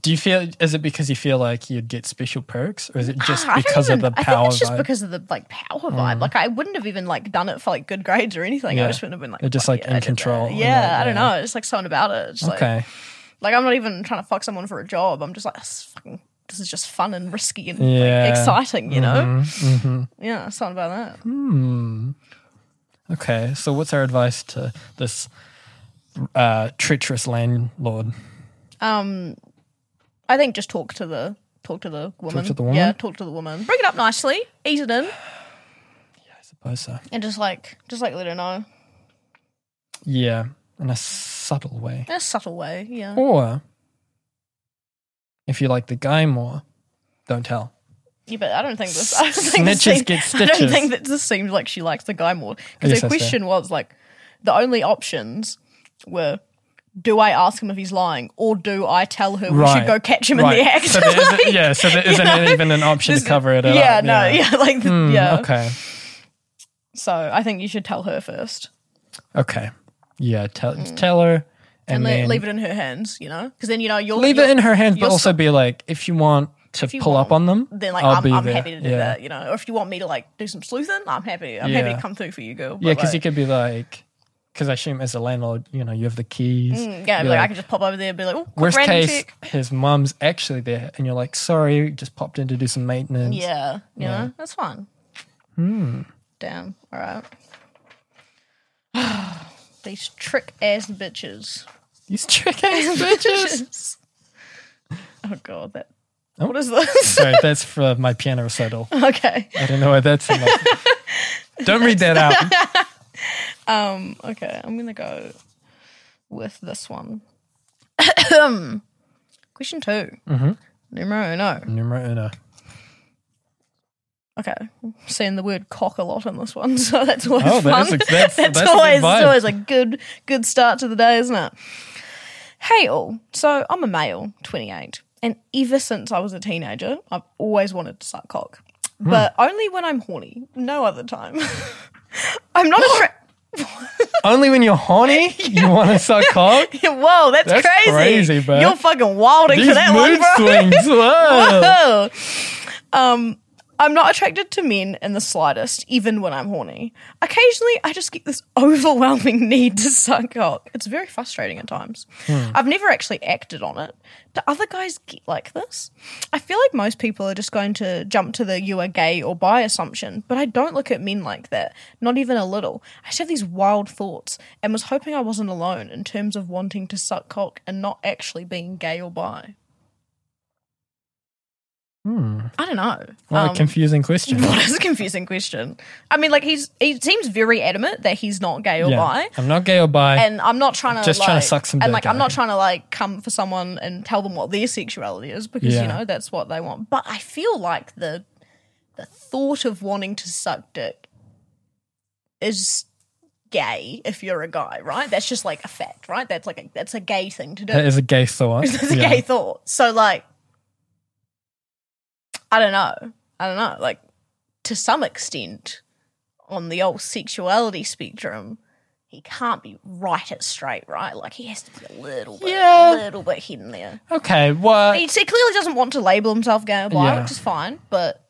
[SPEAKER 2] Do you feel? Is it because you feel like you'd get special perks, or is it just
[SPEAKER 1] Ah, I don't
[SPEAKER 2] because
[SPEAKER 1] even-
[SPEAKER 2] of the
[SPEAKER 1] I think
[SPEAKER 2] power?
[SPEAKER 1] it's just
[SPEAKER 2] vibe? Mm.
[SPEAKER 1] because of the like power vibe. Like I wouldn't have even like done it for like good grades or anything.
[SPEAKER 2] Yeah.
[SPEAKER 1] I just wouldn't have been like
[SPEAKER 2] They're just,
[SPEAKER 1] "Fuck
[SPEAKER 2] like,
[SPEAKER 1] yeah,
[SPEAKER 2] in
[SPEAKER 1] I did that."
[SPEAKER 2] control and
[SPEAKER 1] Yeah,
[SPEAKER 2] that,
[SPEAKER 1] I don't
[SPEAKER 2] yeah.
[SPEAKER 1] know. It's like something about it. It's just, like,
[SPEAKER 2] okay.
[SPEAKER 1] like I'm not even trying to fuck someone for a job. I'm just like this is fucking this is just fun and risky and like,
[SPEAKER 2] Yeah.
[SPEAKER 1] exciting, you know?
[SPEAKER 2] Mm-hmm.
[SPEAKER 1] Yeah, something about that.
[SPEAKER 2] Hmm. Okay. So, what's our advice to this uh, treacherous landlord?
[SPEAKER 1] Um I think just talk to the talk to the woman.
[SPEAKER 2] to the woman?
[SPEAKER 1] Yeah, talk to the woman. Bring it up nicely, ease it in,
[SPEAKER 2] I suppose so.
[SPEAKER 1] and just like just like let her know.
[SPEAKER 2] Yeah, in a subtle way.
[SPEAKER 1] In a subtle way, yeah.
[SPEAKER 2] Or if you like the guy more, don't tell.
[SPEAKER 1] Yeah, but I don't think this. I don't think this
[SPEAKER 2] Snitches
[SPEAKER 1] seems,
[SPEAKER 2] get
[SPEAKER 1] I
[SPEAKER 2] stitches.
[SPEAKER 1] don't think that this seems like she likes the guy more.
[SPEAKER 2] I guess
[SPEAKER 1] Because the
[SPEAKER 2] that's fair.
[SPEAKER 1] question was like, the only options were, do I ask him if he's lying, or do I tell her we
[SPEAKER 2] Right.
[SPEAKER 1] should go catch him
[SPEAKER 2] Right.
[SPEAKER 1] in the act?
[SPEAKER 2] So there isn't-
[SPEAKER 1] Like,
[SPEAKER 2] yeah, so there
[SPEAKER 1] you
[SPEAKER 2] isn't
[SPEAKER 1] know,
[SPEAKER 2] even an option to
[SPEAKER 1] this-
[SPEAKER 2] cover it. up.
[SPEAKER 1] Yeah, no, yeah, like th-
[SPEAKER 2] Hmm,
[SPEAKER 1] yeah.
[SPEAKER 2] Okay.
[SPEAKER 1] So I think you should tell her first,
[SPEAKER 2] Okay. Yeah. Tell tell her,
[SPEAKER 1] Mm. and,
[SPEAKER 2] and,
[SPEAKER 1] le-
[SPEAKER 2] then
[SPEAKER 1] leave it in her hands. You know, because then you know you'll
[SPEAKER 2] leave
[SPEAKER 1] you'll-
[SPEAKER 2] it in her hands, but
[SPEAKER 1] you'll
[SPEAKER 2] also be like, if you want to
[SPEAKER 1] you
[SPEAKER 2] pull up on
[SPEAKER 1] want,
[SPEAKER 2] them,
[SPEAKER 1] Then like
[SPEAKER 2] I'll
[SPEAKER 1] i am
[SPEAKER 2] be
[SPEAKER 1] I'm
[SPEAKER 2] there.
[SPEAKER 1] happy to do
[SPEAKER 2] yeah.
[SPEAKER 1] that. You know, or if you want me to like do some sleuthing, I'm happy. I'm happy
[SPEAKER 2] Yeah.
[SPEAKER 1] to come through for you, girl.
[SPEAKER 2] Yeah,
[SPEAKER 1] but,
[SPEAKER 2] because
[SPEAKER 1] like-
[SPEAKER 2] you could be like, because I assume as a landlord, you know, you have the keys.
[SPEAKER 1] Mm, Yeah,
[SPEAKER 2] Be
[SPEAKER 1] be like,
[SPEAKER 2] like,
[SPEAKER 1] I can just pop over there and be like, oh, quick
[SPEAKER 2] Worst
[SPEAKER 1] random
[SPEAKER 2] case,
[SPEAKER 1] check.
[SPEAKER 2] his mum's actually there, and you're like, sorry, just popped in to do some maintenance.
[SPEAKER 1] Yeah, you know, that's fine. Hmm. Damn. All right. These trick ass bitches.
[SPEAKER 2] These trick ass bitches.
[SPEAKER 1] Oh god, that.
[SPEAKER 2] Oh.
[SPEAKER 1] What is this?
[SPEAKER 2] sorry, that's for my piano recital.
[SPEAKER 1] okay.
[SPEAKER 2] I don't know why that's. in my- Don't read that out.
[SPEAKER 1] Um. Okay, I'm gonna go with this one. Question 2
[SPEAKER 2] Mm-hmm.
[SPEAKER 1] Numero uno.
[SPEAKER 2] Numero uno.
[SPEAKER 1] Okay, seeing the word cock a lot in this one, so that's always
[SPEAKER 2] Oh,
[SPEAKER 1] fun.
[SPEAKER 2] that is a- that's- that's a good
[SPEAKER 1] always, it's
[SPEAKER 2] vibe.
[SPEAKER 1] always a good good start to the day, isn't it? Hey all, so I'm a male, 28, and ever since I was a teenager, I've always wanted to suck cock,
[SPEAKER 2] Hmm.
[SPEAKER 1] but only when I'm horny, no other time. I'm not attracted.
[SPEAKER 2] Only when you're horny, you want to suck cock.
[SPEAKER 1] Whoa, that's,
[SPEAKER 2] That's
[SPEAKER 1] crazy!
[SPEAKER 2] crazy, bro.
[SPEAKER 1] You're fucking wilding for
[SPEAKER 2] These
[SPEAKER 1] that one,
[SPEAKER 2] mood
[SPEAKER 1] bro.
[SPEAKER 2] swings.
[SPEAKER 1] Oh.
[SPEAKER 2] Whoa.
[SPEAKER 1] Um, I'm not attracted to men in the slightest, even when I'm horny. Occasionally, I just get this overwhelming need to suck cock. It's very frustrating at times. I've never actually acted on it. Do other guys get like this? I feel like most people are just going to jump to the you are gay or bi assumption, but I don't look at men like that, not even a little. I just have these wild thoughts and was hoping I wasn't alone in terms of wanting to suck cock and not actually being gay or bi. I don't know.
[SPEAKER 2] What a confusing question.
[SPEAKER 1] What is a confusing question. I mean, like he's he seems very adamant that he's not gay or
[SPEAKER 2] Yeah.
[SPEAKER 1] bi.
[SPEAKER 2] I'm not gay or bi.
[SPEAKER 1] And I'm not trying to
[SPEAKER 2] Just
[SPEAKER 1] like,
[SPEAKER 2] trying to suck some
[SPEAKER 1] and
[SPEAKER 2] dick
[SPEAKER 1] like I'm not
[SPEAKER 2] out.
[SPEAKER 1] trying to like come for someone and tell them what their sexuality is because
[SPEAKER 2] Yeah.
[SPEAKER 1] you know that's what they want. But I feel like the the thought of wanting to suck dick is gay if you're a guy, right? That's just like a fact, right? That's like a, that's a gay thing to do.
[SPEAKER 2] that is a gay thought.
[SPEAKER 1] It's a
[SPEAKER 2] Yeah.
[SPEAKER 1] gay thought. So like, I don't know. I don't know. Like, to some extent, on the old sexuality spectrum, he can't be right at straight, right? Like he has to be a little bit,
[SPEAKER 2] Yeah.
[SPEAKER 1] little bit hidden there.
[SPEAKER 2] Okay, what?
[SPEAKER 1] He, he clearly doesn't want to label himself gay or bi,
[SPEAKER 2] Yeah.
[SPEAKER 1] which is fine, but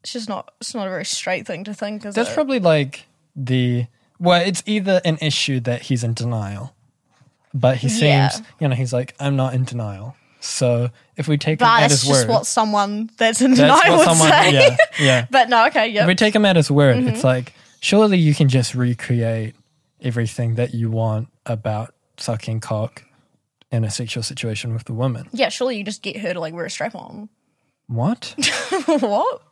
[SPEAKER 1] it's just not. It's not a very straight thing to think. Is
[SPEAKER 2] That's
[SPEAKER 1] it?
[SPEAKER 2] probably like the well, it's either an issue that he's in denial, but he seems
[SPEAKER 1] Yeah.
[SPEAKER 2] you know he's like I'm not in denial. So if we take him
[SPEAKER 1] but
[SPEAKER 2] at
[SPEAKER 1] it's
[SPEAKER 2] his
[SPEAKER 1] just
[SPEAKER 2] word,
[SPEAKER 1] what someone that's in
[SPEAKER 2] that's
[SPEAKER 1] denial
[SPEAKER 2] what
[SPEAKER 1] would
[SPEAKER 2] someone
[SPEAKER 1] say.
[SPEAKER 2] yeah yeah.
[SPEAKER 1] But no, okay,
[SPEAKER 2] If
[SPEAKER 1] yeah.
[SPEAKER 2] we take him at his word, it's
[SPEAKER 1] Mm-hmm.
[SPEAKER 2] like surely you can just recreate everything that you want about sucking cock in a sexual situation with a woman.
[SPEAKER 1] Yeah, surely you just get her to like wear a strap on.
[SPEAKER 2] What?
[SPEAKER 1] what?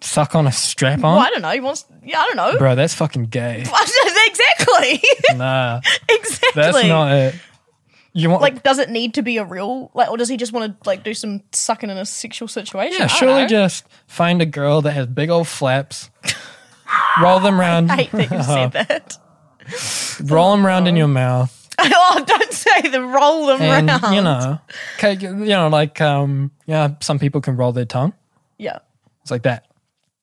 [SPEAKER 2] Suck on a strap
[SPEAKER 1] Well,
[SPEAKER 2] on,
[SPEAKER 1] I don't know. He wants. Yeah, I don't know.
[SPEAKER 2] bro? That's fucking gay.
[SPEAKER 1] exactly.
[SPEAKER 2] nah,
[SPEAKER 1] exactly.
[SPEAKER 2] that's not it. You want
[SPEAKER 1] Like, does it need to be a real like, or does he just want to like do some sucking in a sexual situation?
[SPEAKER 2] Yeah,
[SPEAKER 1] I don't
[SPEAKER 2] surely
[SPEAKER 1] know.
[SPEAKER 2] just find a girl that has big old flaps, roll them round, uh-huh,
[SPEAKER 1] I hate that you said that.
[SPEAKER 2] roll them round in your mouth,
[SPEAKER 1] oh, don't say the roll them
[SPEAKER 2] and
[SPEAKER 1] round.
[SPEAKER 2] you know, 'kay, you know, like um, yeah, some people can roll their tongue.
[SPEAKER 1] Yeah,
[SPEAKER 2] It's like that.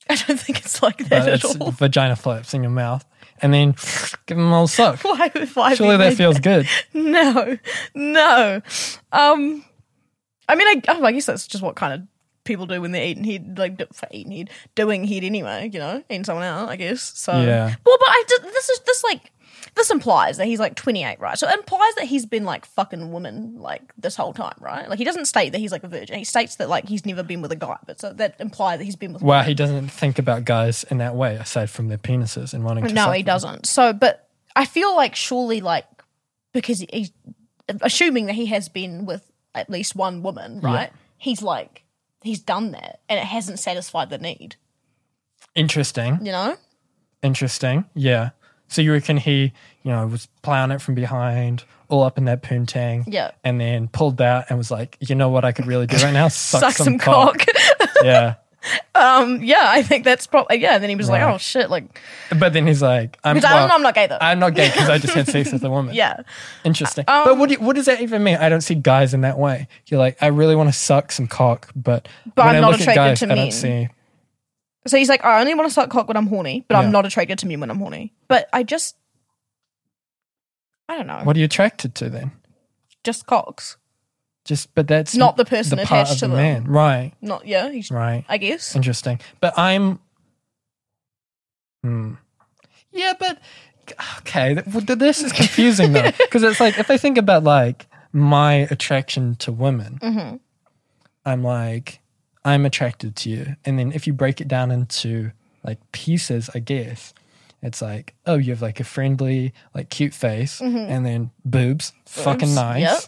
[SPEAKER 1] I don't think it's like that
[SPEAKER 2] But
[SPEAKER 1] at
[SPEAKER 2] it's
[SPEAKER 1] all.
[SPEAKER 2] vagina flaps in your mouth, and then give them a little suck.
[SPEAKER 1] Why? Why?
[SPEAKER 2] Surely
[SPEAKER 1] they
[SPEAKER 2] that feels good.
[SPEAKER 1] no, no. Um, I mean, I, oh, I guess that's just what kind of people do when they're eating head, like do- for eating head, doing head anyway. You know, eating someone out. I guess so.
[SPEAKER 2] Yeah.
[SPEAKER 1] Well, but I did, this is this like this implies that he's like 28, right? So it implies that he's been like fucking women like this whole time, right? Like he doesn't state that he's like a virgin. He states that like he's never been with a guy, but so that implies that he's been with.
[SPEAKER 2] Wow, he doesn't think about guys in that way, aside from their penises and wanting to.
[SPEAKER 1] No,
[SPEAKER 2] suck
[SPEAKER 1] he
[SPEAKER 2] them.
[SPEAKER 1] doesn't. So, but I feel like surely, like, because he- he's assuming that he has been with at least one woman, right? He's like, he's done that and it hasn't satisfied the need,
[SPEAKER 2] Interesting,
[SPEAKER 1] you know?
[SPEAKER 2] interesting. Yeah. So you reckon he, you know, was plowing it from behind, all up in that poontang.
[SPEAKER 1] Yeah.
[SPEAKER 2] and then pulled out and was like, you know what I could really do right now? Suck,
[SPEAKER 1] Suck
[SPEAKER 2] some,
[SPEAKER 1] some
[SPEAKER 2] cock.
[SPEAKER 1] cock.
[SPEAKER 2] yeah.
[SPEAKER 1] um, yeah, I think that's probably, yeah. And then he was like,
[SPEAKER 2] Right.
[SPEAKER 1] oh shit, like,
[SPEAKER 2] But then he's like, I'm,
[SPEAKER 1] because I'm,
[SPEAKER 2] well,
[SPEAKER 1] I'm not gay though.
[SPEAKER 2] I'm not gay because I just had sex with a woman.
[SPEAKER 1] yeah. Uh, um,
[SPEAKER 2] Interesting. but what, do you, what does that even mean? I don't see guys in that way. You're like, I really want to suck some cock, but,
[SPEAKER 1] But I'm
[SPEAKER 2] when I
[SPEAKER 1] not
[SPEAKER 2] look at
[SPEAKER 1] attracted
[SPEAKER 2] guys,
[SPEAKER 1] to
[SPEAKER 2] I
[SPEAKER 1] men.
[SPEAKER 2] don't see.
[SPEAKER 1] So he's like, I only want to suck cock when I'm horny, but
[SPEAKER 2] Yeah.
[SPEAKER 1] I'm not attracted to men when I'm horny. But I just, I don't know,
[SPEAKER 2] What are you attracted to then?
[SPEAKER 1] just cocks.
[SPEAKER 2] Just, but that's
[SPEAKER 1] Not the person attached to them.
[SPEAKER 2] man. Right,
[SPEAKER 1] Not, yeah, he's,
[SPEAKER 2] right.
[SPEAKER 1] I guess.
[SPEAKER 2] Interesting. But I'm. Hmm. Yeah, but okay. th- well, th- This is confusing though, because it's like if I think about like my attraction to women,
[SPEAKER 1] Mhm.
[SPEAKER 2] I'm like I'm attracted to you, and then if you break it down into like pieces, I guess it's like oh, you have like a friendly, like cute face, and then boobs,
[SPEAKER 1] Mm-hmm.
[SPEAKER 2] fucking
[SPEAKER 1] Boobs,
[SPEAKER 2] nice,
[SPEAKER 1] yep.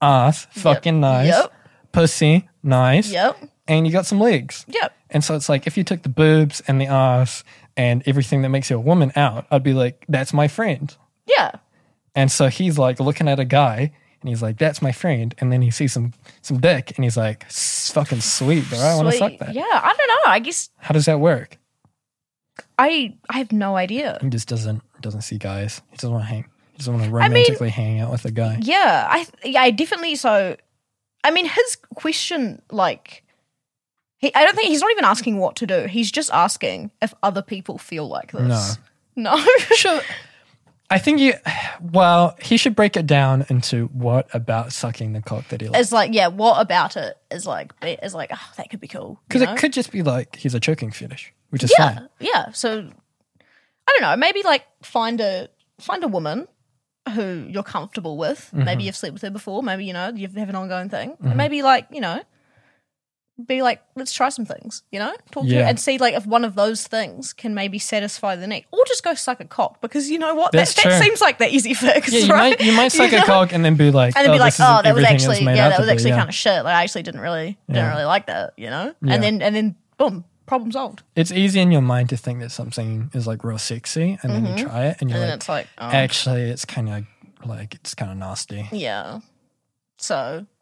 [SPEAKER 2] ass, fucking nice,
[SPEAKER 1] yep.
[SPEAKER 2] pussy, nice,
[SPEAKER 1] Yep.
[SPEAKER 2] and you got some legs.
[SPEAKER 1] Yep.
[SPEAKER 2] And so it's like if you took the boobs and the ass and everything that makes you a woman out, I'd be like, that's my friend.
[SPEAKER 1] Yeah.
[SPEAKER 2] And so he's like looking at a guy and he's like, that's my friend. And then he sees some some dick and he's like, "S- fucking sweet, bro. I want to
[SPEAKER 1] Sweet.
[SPEAKER 2] suck that.
[SPEAKER 1] Yeah, I don't know. I guess
[SPEAKER 2] How does that work?
[SPEAKER 1] I I have no idea.
[SPEAKER 2] He just doesn't doesn't see guys. He doesn't want to hang. He doesn't want to
[SPEAKER 1] mean-
[SPEAKER 2] romantically hang out with a guy.
[SPEAKER 1] Yeah, I yeah, I definitely so I mean his question like he I don't think he's not even asking what to do. He's just asking if other people feel like this. No.
[SPEAKER 2] Sure. I think you, well, he should break it down into what about sucking the cock that he likes.
[SPEAKER 1] it's like, yeah, what about it is like be- is like, oh, that could be cool. you
[SPEAKER 2] Because
[SPEAKER 1] know?
[SPEAKER 2] it could just be like he's a choking fetish, which is
[SPEAKER 1] yeah,
[SPEAKER 2] fine.
[SPEAKER 1] yeah. So I don't know. Maybe like find a find a woman who you're comfortable
[SPEAKER 2] Mm-hmm.
[SPEAKER 1] with. Maybe you've slept with her before. Maybe you know you have an ongoing thing. And Maybe like you know be like, let's try some things, you know, talk to
[SPEAKER 2] Yeah.
[SPEAKER 1] and see like if one of those things can maybe satisfy the next, or just go suck a cock because you know what,
[SPEAKER 2] That's
[SPEAKER 1] that,
[SPEAKER 2] true.
[SPEAKER 1] that seems like the easy fix,
[SPEAKER 2] Yeah, you
[SPEAKER 1] right?
[SPEAKER 2] might you might suck
[SPEAKER 1] know?
[SPEAKER 2] a cock and then be like,
[SPEAKER 1] and then
[SPEAKER 2] oh,
[SPEAKER 1] be like,
[SPEAKER 2] this isn't
[SPEAKER 1] oh, that was
[SPEAKER 2] everything it
[SPEAKER 1] actually
[SPEAKER 2] made
[SPEAKER 1] yeah,
[SPEAKER 2] out
[SPEAKER 1] that
[SPEAKER 2] to
[SPEAKER 1] was
[SPEAKER 2] be,"
[SPEAKER 1] actually
[SPEAKER 2] yeah.
[SPEAKER 1] kind of shit. Like I actually didn't really didn't
[SPEAKER 2] Yeah.
[SPEAKER 1] really like that, you know.
[SPEAKER 2] Yeah.
[SPEAKER 1] And then and then boom, problem solved.
[SPEAKER 2] It's easy in your mind to think that something is like real sexy, and then you try it, and you're
[SPEAKER 1] Mm-hmm. And then
[SPEAKER 2] like,
[SPEAKER 1] it's like, oh,
[SPEAKER 2] actually, it's kind of like it's kind of nasty.
[SPEAKER 1] yeah. So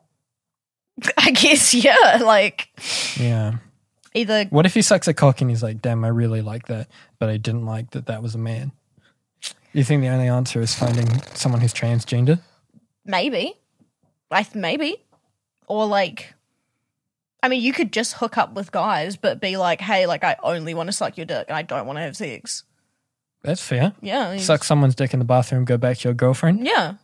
[SPEAKER 1] I guess yeah, like
[SPEAKER 2] Yeah.
[SPEAKER 1] either
[SPEAKER 2] What if he sucks a cock and he's like, damn, I really like that, but I didn't like that that was a man? You think the only answer is finding someone who's transgender?
[SPEAKER 1] maybe, like maybe, or like. I mean, you could just hook up with guys, but be like, "Hey, like, I only want to suck your dick. I don't want to have sex."
[SPEAKER 2] That's fair.
[SPEAKER 1] Yeah, you-
[SPEAKER 2] Suck someone's dick in the bathroom, go back to your girlfriend.
[SPEAKER 1] Yeah,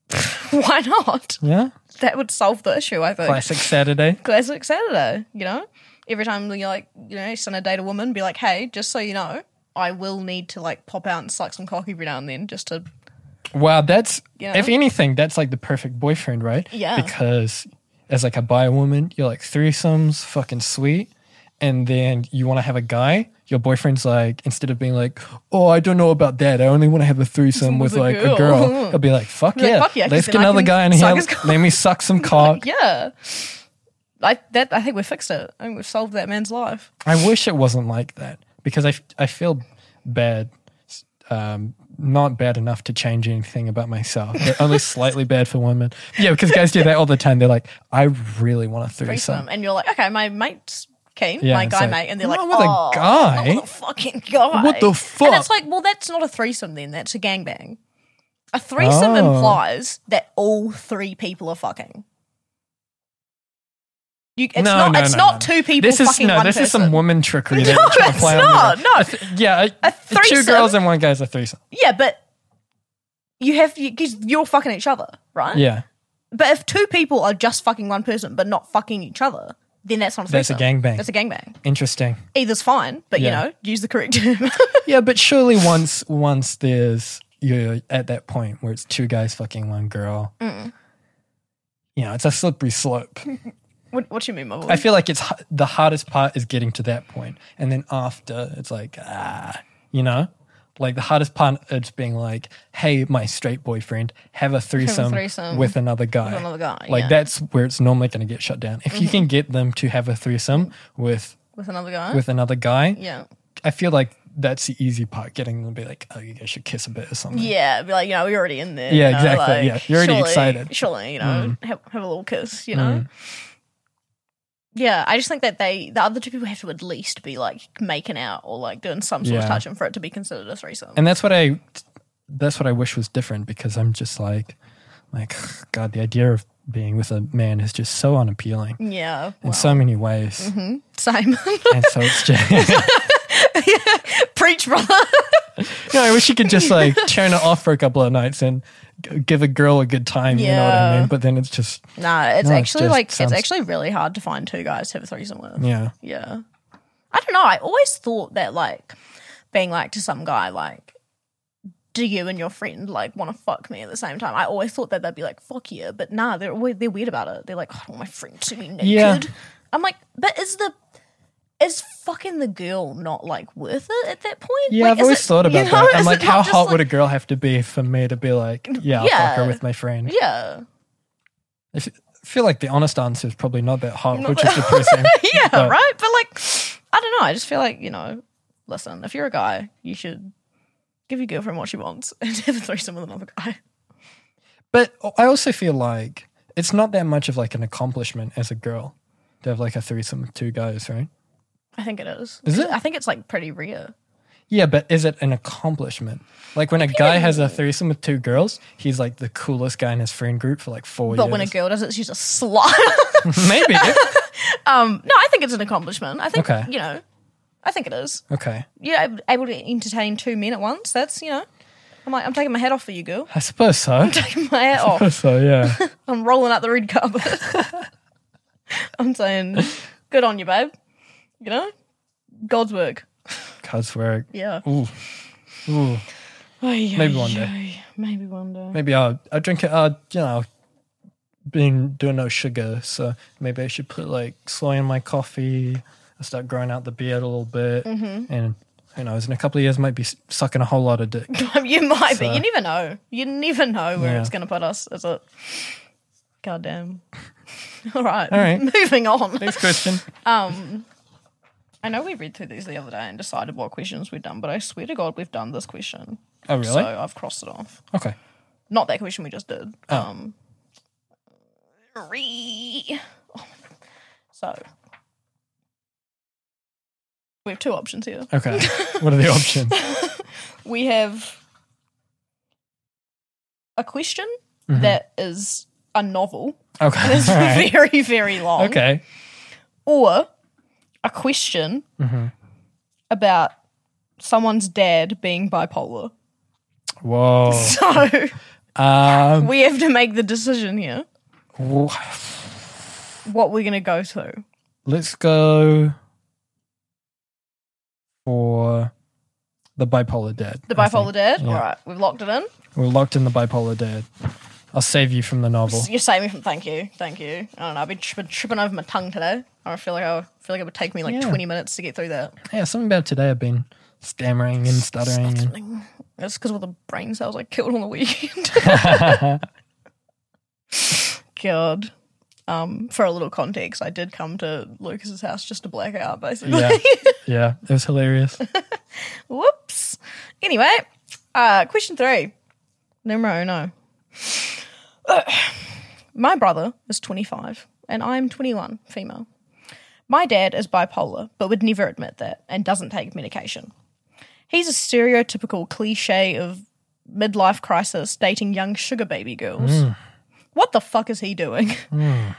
[SPEAKER 1] why not?
[SPEAKER 2] Yeah.
[SPEAKER 1] That would solve the issue. I think.
[SPEAKER 2] Classic Saturday.
[SPEAKER 1] classic Saturday, you know? Every time you like, you know, send a date a woman, be like, hey, just so you know, I will need to like pop out and suck some cock every now and then just to
[SPEAKER 2] Wow, that's
[SPEAKER 1] Yeah.
[SPEAKER 2] if anything, that's like the perfect boyfriend, right?
[SPEAKER 1] Yeah.
[SPEAKER 2] Because as like a bi woman, you're like threesomes, fucking sweet, and then you want to have a guy. Your boyfriend's like, instead of being like, "Oh, I don't know about that. I only want to have a threesome with,
[SPEAKER 1] With a
[SPEAKER 2] like a
[SPEAKER 1] girl."
[SPEAKER 2] girl," he'll be like, "Fuck
[SPEAKER 1] like,
[SPEAKER 2] yeah,
[SPEAKER 1] "Fuck yeah, 'cause
[SPEAKER 2] let's
[SPEAKER 1] then
[SPEAKER 2] get
[SPEAKER 1] I
[SPEAKER 2] another
[SPEAKER 1] can
[SPEAKER 2] guy in
[SPEAKER 1] suck
[SPEAKER 2] here.
[SPEAKER 1] his cock."
[SPEAKER 2] Let me suck some cock."
[SPEAKER 1] Yeah. I that I think we fixed it. I think we've solved that man's life.
[SPEAKER 2] I wish it wasn't like that because I, f- I feel bad, um, not bad enough to change anything about myself, but only slightly bad for women. Yeah, because guys do that all the time. They're like, I really want a
[SPEAKER 1] Threesome.
[SPEAKER 2] threesome.
[SPEAKER 1] And you're like, okay, my mate's keen,
[SPEAKER 2] Yeah,
[SPEAKER 1] my
[SPEAKER 2] it's
[SPEAKER 1] guy
[SPEAKER 2] like,
[SPEAKER 1] mate, and they're
[SPEAKER 2] not
[SPEAKER 1] like,
[SPEAKER 2] with a
[SPEAKER 1] oh,
[SPEAKER 2] guy."
[SPEAKER 1] not with a fucking guy.
[SPEAKER 2] What the fuck?
[SPEAKER 1] And it's like, well, that's not a threesome then. That's a gangbang. A threesome
[SPEAKER 2] Oh.
[SPEAKER 1] implies that all three people are fucking. You, it's
[SPEAKER 2] No,
[SPEAKER 1] not.
[SPEAKER 2] no,
[SPEAKER 1] it's
[SPEAKER 2] no,
[SPEAKER 1] not
[SPEAKER 2] no.
[SPEAKER 1] two people
[SPEAKER 2] This is
[SPEAKER 1] fucking
[SPEAKER 2] no.
[SPEAKER 1] one
[SPEAKER 2] This
[SPEAKER 1] person.
[SPEAKER 2] is some woman trickery. that
[SPEAKER 1] No,
[SPEAKER 2] you're trying to
[SPEAKER 1] it's
[SPEAKER 2] play on
[SPEAKER 1] not,
[SPEAKER 2] me.
[SPEAKER 1] no.
[SPEAKER 2] A th- yeah,
[SPEAKER 1] A
[SPEAKER 2] two
[SPEAKER 1] threesome-
[SPEAKER 2] girls and one guy's a threesome.
[SPEAKER 1] yeah, but you have you, 'cause you're fucking each other, right?
[SPEAKER 2] Yeah,
[SPEAKER 1] But if two people are just fucking one person but not fucking each other, then that's not a
[SPEAKER 2] That's a
[SPEAKER 1] threesome.
[SPEAKER 2] gangbang.
[SPEAKER 1] That's a gangbang.
[SPEAKER 2] interesting.
[SPEAKER 1] Either's fine, but
[SPEAKER 2] Yeah.
[SPEAKER 1] you know, use the correct term.
[SPEAKER 2] Yeah, but surely once once there's you're at that point where it's two guys fucking one girl. You know, it's a slippery slope.
[SPEAKER 1] what, what do you mean, my boy?
[SPEAKER 2] I feel like it's h- the hardest part is getting to that point, and then after it's like ah, you know, like the hardest part it's being like, hey, my straight boyfriend, have a threesome,
[SPEAKER 1] threesome
[SPEAKER 2] with another guy,
[SPEAKER 1] another guy,
[SPEAKER 2] Like
[SPEAKER 1] yeah. Mm-hmm.
[SPEAKER 2] that's where it's normally going to get shut down. If you can get them to have a threesome with
[SPEAKER 1] with another guy?
[SPEAKER 2] with another guy,
[SPEAKER 1] yeah.
[SPEAKER 2] I feel like that's the easy part. Getting them to be like, oh, you guys should kiss a bit or something.
[SPEAKER 1] Yeah, be like, you know, we're already in there.
[SPEAKER 2] Yeah,
[SPEAKER 1] you know,
[SPEAKER 2] exactly,
[SPEAKER 1] like,
[SPEAKER 2] yeah. You're already
[SPEAKER 1] surely-
[SPEAKER 2] excited. Mm.
[SPEAKER 1] Surely, you know, have, have a little kiss, you know? Yeah, I just think that they, the other two people have to at least be like making out or like doing some sort
[SPEAKER 2] Yeah.
[SPEAKER 1] of touching for it to be considered a threesome.
[SPEAKER 2] and that's what I that's what I wish was different because I'm just like like God, the idea of being with a man is just so unappealing
[SPEAKER 1] yeah,
[SPEAKER 2] in
[SPEAKER 1] well,
[SPEAKER 2] so many ways,
[SPEAKER 1] Mm-hmm. same.
[SPEAKER 2] and so it's just you
[SPEAKER 1] Preach, brother.
[SPEAKER 2] know, I wish you could just like turn it off for a couple of nights and g- give a girl a good time. You know what I
[SPEAKER 1] Yeah.
[SPEAKER 2] mean? But then it's just
[SPEAKER 1] Nah, it's
[SPEAKER 2] No, it's
[SPEAKER 1] actually
[SPEAKER 2] just
[SPEAKER 1] like,
[SPEAKER 2] sounds-
[SPEAKER 1] it's actually really hard to find two guys to have a threesome with.
[SPEAKER 2] yeah,
[SPEAKER 1] Yeah. I don't know. I always thought that like being like to some guy like do you and your friend like want to fuck me at the same time? I always thought that they'd be like fuck you, but nah, they're always, they're weird about it. They're like, oh, I don't want my friend to be naked.
[SPEAKER 2] Yeah.
[SPEAKER 1] I'm like, but is the is fucking the girl not like worth it at that point?
[SPEAKER 2] yeah.
[SPEAKER 1] Like,
[SPEAKER 2] I've
[SPEAKER 1] is
[SPEAKER 2] always
[SPEAKER 1] it-
[SPEAKER 2] thought
[SPEAKER 1] you
[SPEAKER 2] about
[SPEAKER 1] know,
[SPEAKER 2] that. I'm
[SPEAKER 1] is
[SPEAKER 2] like,
[SPEAKER 1] it not
[SPEAKER 2] how
[SPEAKER 1] just,
[SPEAKER 2] hot
[SPEAKER 1] like-
[SPEAKER 2] would a girl have to be for me to be like, yeah, I'll fuck her
[SPEAKER 1] Yeah.
[SPEAKER 2] with my friend?
[SPEAKER 1] Yeah,
[SPEAKER 2] I f- feel like the honest answer is probably not that hot,
[SPEAKER 1] Not
[SPEAKER 2] which
[SPEAKER 1] that-
[SPEAKER 2] is depressing.
[SPEAKER 1] yeah,
[SPEAKER 2] But-
[SPEAKER 1] right. But like, I don't know. I just feel like you know, listen, if you're a guy, you should give your girlfriend what she wants and have a threesome with another guy.
[SPEAKER 2] But I also feel like it's not that much of like an accomplishment as a girl to have like a threesome with two guys, right?
[SPEAKER 1] I think it is.
[SPEAKER 2] Is it?
[SPEAKER 1] I think it's like pretty rare.
[SPEAKER 2] Yeah, but is it an accomplishment? Like when a guy has a threesome with two girls, he's like the coolest guy in his friend group for like four
[SPEAKER 1] But
[SPEAKER 2] years.
[SPEAKER 1] when a girl does it, she's a slut.
[SPEAKER 2] Maybe.
[SPEAKER 1] um, no, I think it's an accomplishment. I think
[SPEAKER 2] Okay.
[SPEAKER 1] you know, I think it is.
[SPEAKER 2] Okay.
[SPEAKER 1] You're ab- able to entertain two men at once. That's you know, I'm like, I'm taking my hat off for you, girl.
[SPEAKER 2] I suppose so.
[SPEAKER 1] Taking my hat off.
[SPEAKER 2] so yeah.
[SPEAKER 1] I'm rolling up the red carpet. I'm saying, good on you, babe. You know, God's work.
[SPEAKER 2] Cuz work.
[SPEAKER 1] Yeah.
[SPEAKER 2] Ooh. Ooh.
[SPEAKER 1] Ay,
[SPEAKER 2] Maybe
[SPEAKER 1] ay,
[SPEAKER 2] one day.
[SPEAKER 1] ay. Maybe one day.
[SPEAKER 2] Maybe I'll I'll drink it uh you know been doing no sugar, so maybe I should put like soy in my coffee. I start growing out the beard a little bit,
[SPEAKER 1] Mm-hmm.
[SPEAKER 2] and who knows? In a couple of years, might be s- sucking a whole lot of dick.
[SPEAKER 1] you might,
[SPEAKER 2] So-
[SPEAKER 1] but you never know. You never know where
[SPEAKER 2] Yeah.
[SPEAKER 1] it's going to put us, is it? Goddamn. All right.
[SPEAKER 2] All right.
[SPEAKER 1] Moving on.
[SPEAKER 2] Next question.
[SPEAKER 1] I know we read through these the other day and decided what questions we'd done, but I swear to God, we've done this question.
[SPEAKER 2] Oh, really?
[SPEAKER 1] So I've crossed it off.
[SPEAKER 2] okay.
[SPEAKER 1] Not that question we just did.
[SPEAKER 2] Oh.
[SPEAKER 1] Um, re- oh my God. So we have two options here.
[SPEAKER 2] Okay. what are the options?
[SPEAKER 1] we have a question
[SPEAKER 2] Mm-hmm.
[SPEAKER 1] that is a novel
[SPEAKER 2] Okay.
[SPEAKER 1] that's
[SPEAKER 2] All right.
[SPEAKER 1] very very long
[SPEAKER 2] Okay.
[SPEAKER 1] or a question
[SPEAKER 2] Mm-hmm.
[SPEAKER 1] about someone's dad being bipolar
[SPEAKER 2] Whoa.
[SPEAKER 1] so
[SPEAKER 2] Um.
[SPEAKER 1] we have to make the decision here
[SPEAKER 2] wh-
[SPEAKER 1] what we're going to go to
[SPEAKER 2] Let's go for the bipolar dad.
[SPEAKER 1] the bipolar dad
[SPEAKER 2] yeah.
[SPEAKER 1] all right we've locked it in
[SPEAKER 2] We're locked in the bipolar dad. I'll save you from the novel.
[SPEAKER 1] you save me from thank you thank you i don't know i've been, tri- been tripping over my tongue today i feel like i feel like it would take me like
[SPEAKER 2] Yeah.
[SPEAKER 1] 20 minutes to get through that
[SPEAKER 2] Yeah, something about today I've been stammering and stuttering. And,
[SPEAKER 1] That's because of all the brain cells I killed on the weekend. God. Um, for a little context, I did come to Lucas's house just to black out, basically.
[SPEAKER 2] yeah. yeah, it was hilarious.
[SPEAKER 1] Whoops. Anyway, uh, question three. Numero uno. My brother is 25 and I'm 21, female. My dad is bipolar, but would never admit that and doesn't take medication. He's a stereotypical cliche of midlife crisis dating young sugar baby girls. What the fuck is he doing?
[SPEAKER 2] Hmm.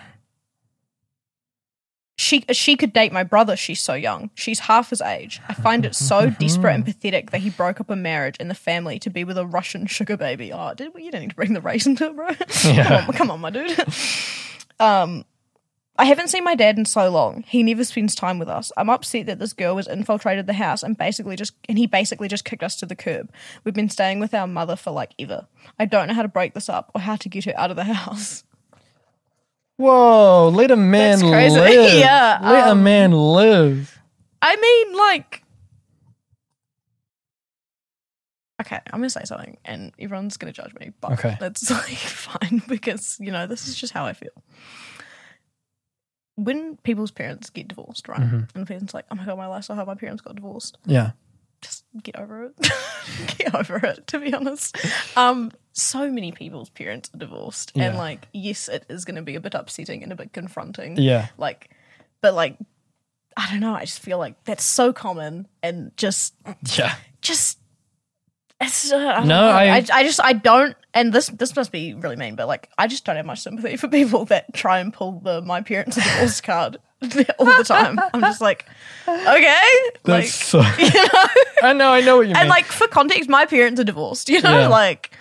[SPEAKER 1] She she could date my brother. She's so young. She's half his age. I find it so desperate and pathetic that he broke up a marriage and the family to be with a Russian sugar baby. Oh, did you don't need to bring the race into it, bro?
[SPEAKER 2] Yeah.
[SPEAKER 1] come, on, come on, my dude. um, I haven't seen my dad in so long. He never spends time with us. I'm upset that this girl has infiltrated the house and basically just and he basically just kicked us to the curb. We've been staying with our mother for like ever. I don't know how to break this up or how to get her out of the house.
[SPEAKER 2] Whoa, let a man
[SPEAKER 1] That's crazy.
[SPEAKER 2] live.
[SPEAKER 1] Yeah,
[SPEAKER 2] let a
[SPEAKER 1] um,
[SPEAKER 2] man live.
[SPEAKER 1] I mean, like. Okay, I'm gonna say something, and everyone's gonna judge me, but
[SPEAKER 2] Okay.
[SPEAKER 1] that's like fine because you know this is just how I feel. When people's parents get divorced, right,
[SPEAKER 2] Mm-hmm.
[SPEAKER 1] and the parents like, "Oh my god, my life's so hard. My parents got divorced."
[SPEAKER 2] Yeah.
[SPEAKER 1] just get over it. get over it, to be honest. Um, so many people's parents are divorced. And
[SPEAKER 2] Yeah.
[SPEAKER 1] like, yes, it is gonna be a bit upsetting and a bit confronting.
[SPEAKER 2] Yeah.
[SPEAKER 1] Like but like I don't know, I just feel like that's so common and just
[SPEAKER 2] Yeah.
[SPEAKER 1] just it's, uh, I don't
[SPEAKER 2] No,
[SPEAKER 1] know.
[SPEAKER 2] I-
[SPEAKER 1] I I just I don't and this this must be really mean, but like I just don't have much sympathy for people that try and pull the my parents are divorced card all the time. I'm just like okay. like
[SPEAKER 2] That's so. I know, I know what you mean.
[SPEAKER 1] and like for context, my parents are divorced. You know,
[SPEAKER 2] Yeah.
[SPEAKER 1] like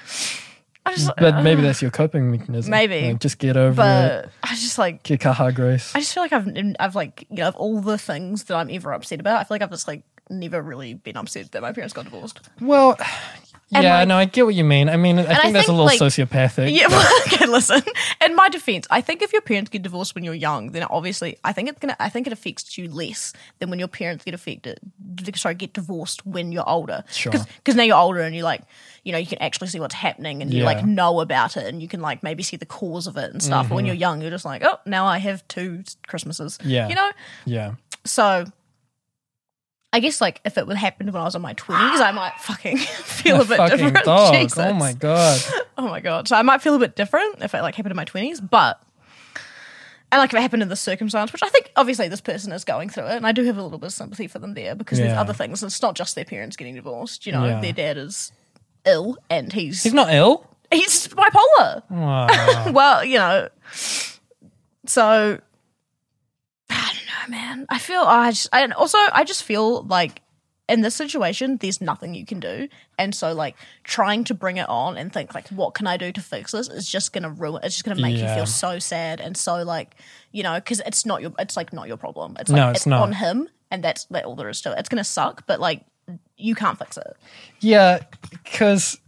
[SPEAKER 1] I just,
[SPEAKER 2] but maybe uh, that's your coping mechanism.
[SPEAKER 1] Uh, Maybe.
[SPEAKER 2] Like, just get over it.
[SPEAKER 1] but I just like
[SPEAKER 2] Get kaha grace.
[SPEAKER 1] I just feel like I've I've like you know of all the things that I'm ever upset about. I feel like I've just like never really been upset that my parents got divorced.
[SPEAKER 2] well,
[SPEAKER 1] And,
[SPEAKER 2] yeah,
[SPEAKER 1] like-
[SPEAKER 2] no, I get what you mean. I mean, I think
[SPEAKER 1] I
[SPEAKER 2] that's a
[SPEAKER 1] think,
[SPEAKER 2] little
[SPEAKER 1] like-
[SPEAKER 2] sociopathic.
[SPEAKER 1] Yeah, well, okay, listen. In my defense, I think if your parents get divorced when you're young, then obviously I think it's gonna I think it affects you less than when your parents get affected d- sorry, get divorced when you're older.
[SPEAKER 2] Sure.
[SPEAKER 1] Because now you're older and you like you know, you can actually see what's happening and you
[SPEAKER 2] Yeah.
[SPEAKER 1] like know about it and you can like maybe see the cause of it and stuff. But when you're young, you're just like, Oh, now I have two Christmases.
[SPEAKER 2] Mm-hmm. Yeah.
[SPEAKER 1] You know?
[SPEAKER 2] Yeah.
[SPEAKER 1] So I guess like if it would happened when I was in my twenties, I might fucking feel a bit
[SPEAKER 2] Fucking
[SPEAKER 1] different.
[SPEAKER 2] dog.
[SPEAKER 1] Jesus.
[SPEAKER 2] Oh my god.
[SPEAKER 1] Oh my god. So I might feel a bit different if it like happened in my twenties, but and like if it happened in the circumstance, which I think obviously this person is going through it, and I do have a little bit of sympathy for them there because there's
[SPEAKER 2] Yeah.
[SPEAKER 1] other things. It's not just their parents getting divorced, you know,
[SPEAKER 2] Yeah.
[SPEAKER 1] their dad is ill and he's
[SPEAKER 2] He's not ill.
[SPEAKER 1] he's bipolar.
[SPEAKER 2] Wow.
[SPEAKER 1] Well, you know. So I don't know, man. I feel I just and also I just feel like in this situation there's nothing you can do. And so like trying to bring it on and think like what can I do to fix this is just going to ruin it's just going to make you
[SPEAKER 2] Yeah.
[SPEAKER 1] feel so sad and so like, you know, cuz it's not your it's like not your problem. It's like
[SPEAKER 2] No, it's not.
[SPEAKER 1] on him and that's like all there is to it. It's going to suck, but like you can't fix it.
[SPEAKER 2] Yeah, because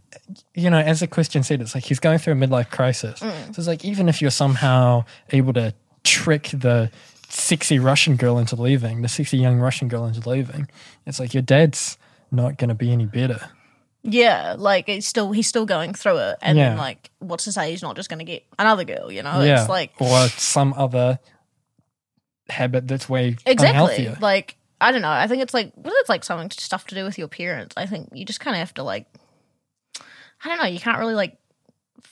[SPEAKER 2] you know, as the question said, it's like he's going through a midlife crisis.
[SPEAKER 1] Mm.
[SPEAKER 2] So it's like even if you're somehow able to trick the sexy Russian girl into leaving, the sexy young Russian girl into leaving, it's like your dad's not going to be any better.
[SPEAKER 1] Yeah, like it's still he's still going through it, and then
[SPEAKER 2] Yeah.
[SPEAKER 1] like what's to say he's not just going to get another girl? You know,
[SPEAKER 2] yeah,
[SPEAKER 1] Oh, it's like
[SPEAKER 2] or some other habit that's way
[SPEAKER 1] exactly
[SPEAKER 2] unhealthier.
[SPEAKER 1] like I don't know. I think it's like well, it's like something stuff to do with your parents. I think you just kind of have to like I don't know. You can't really like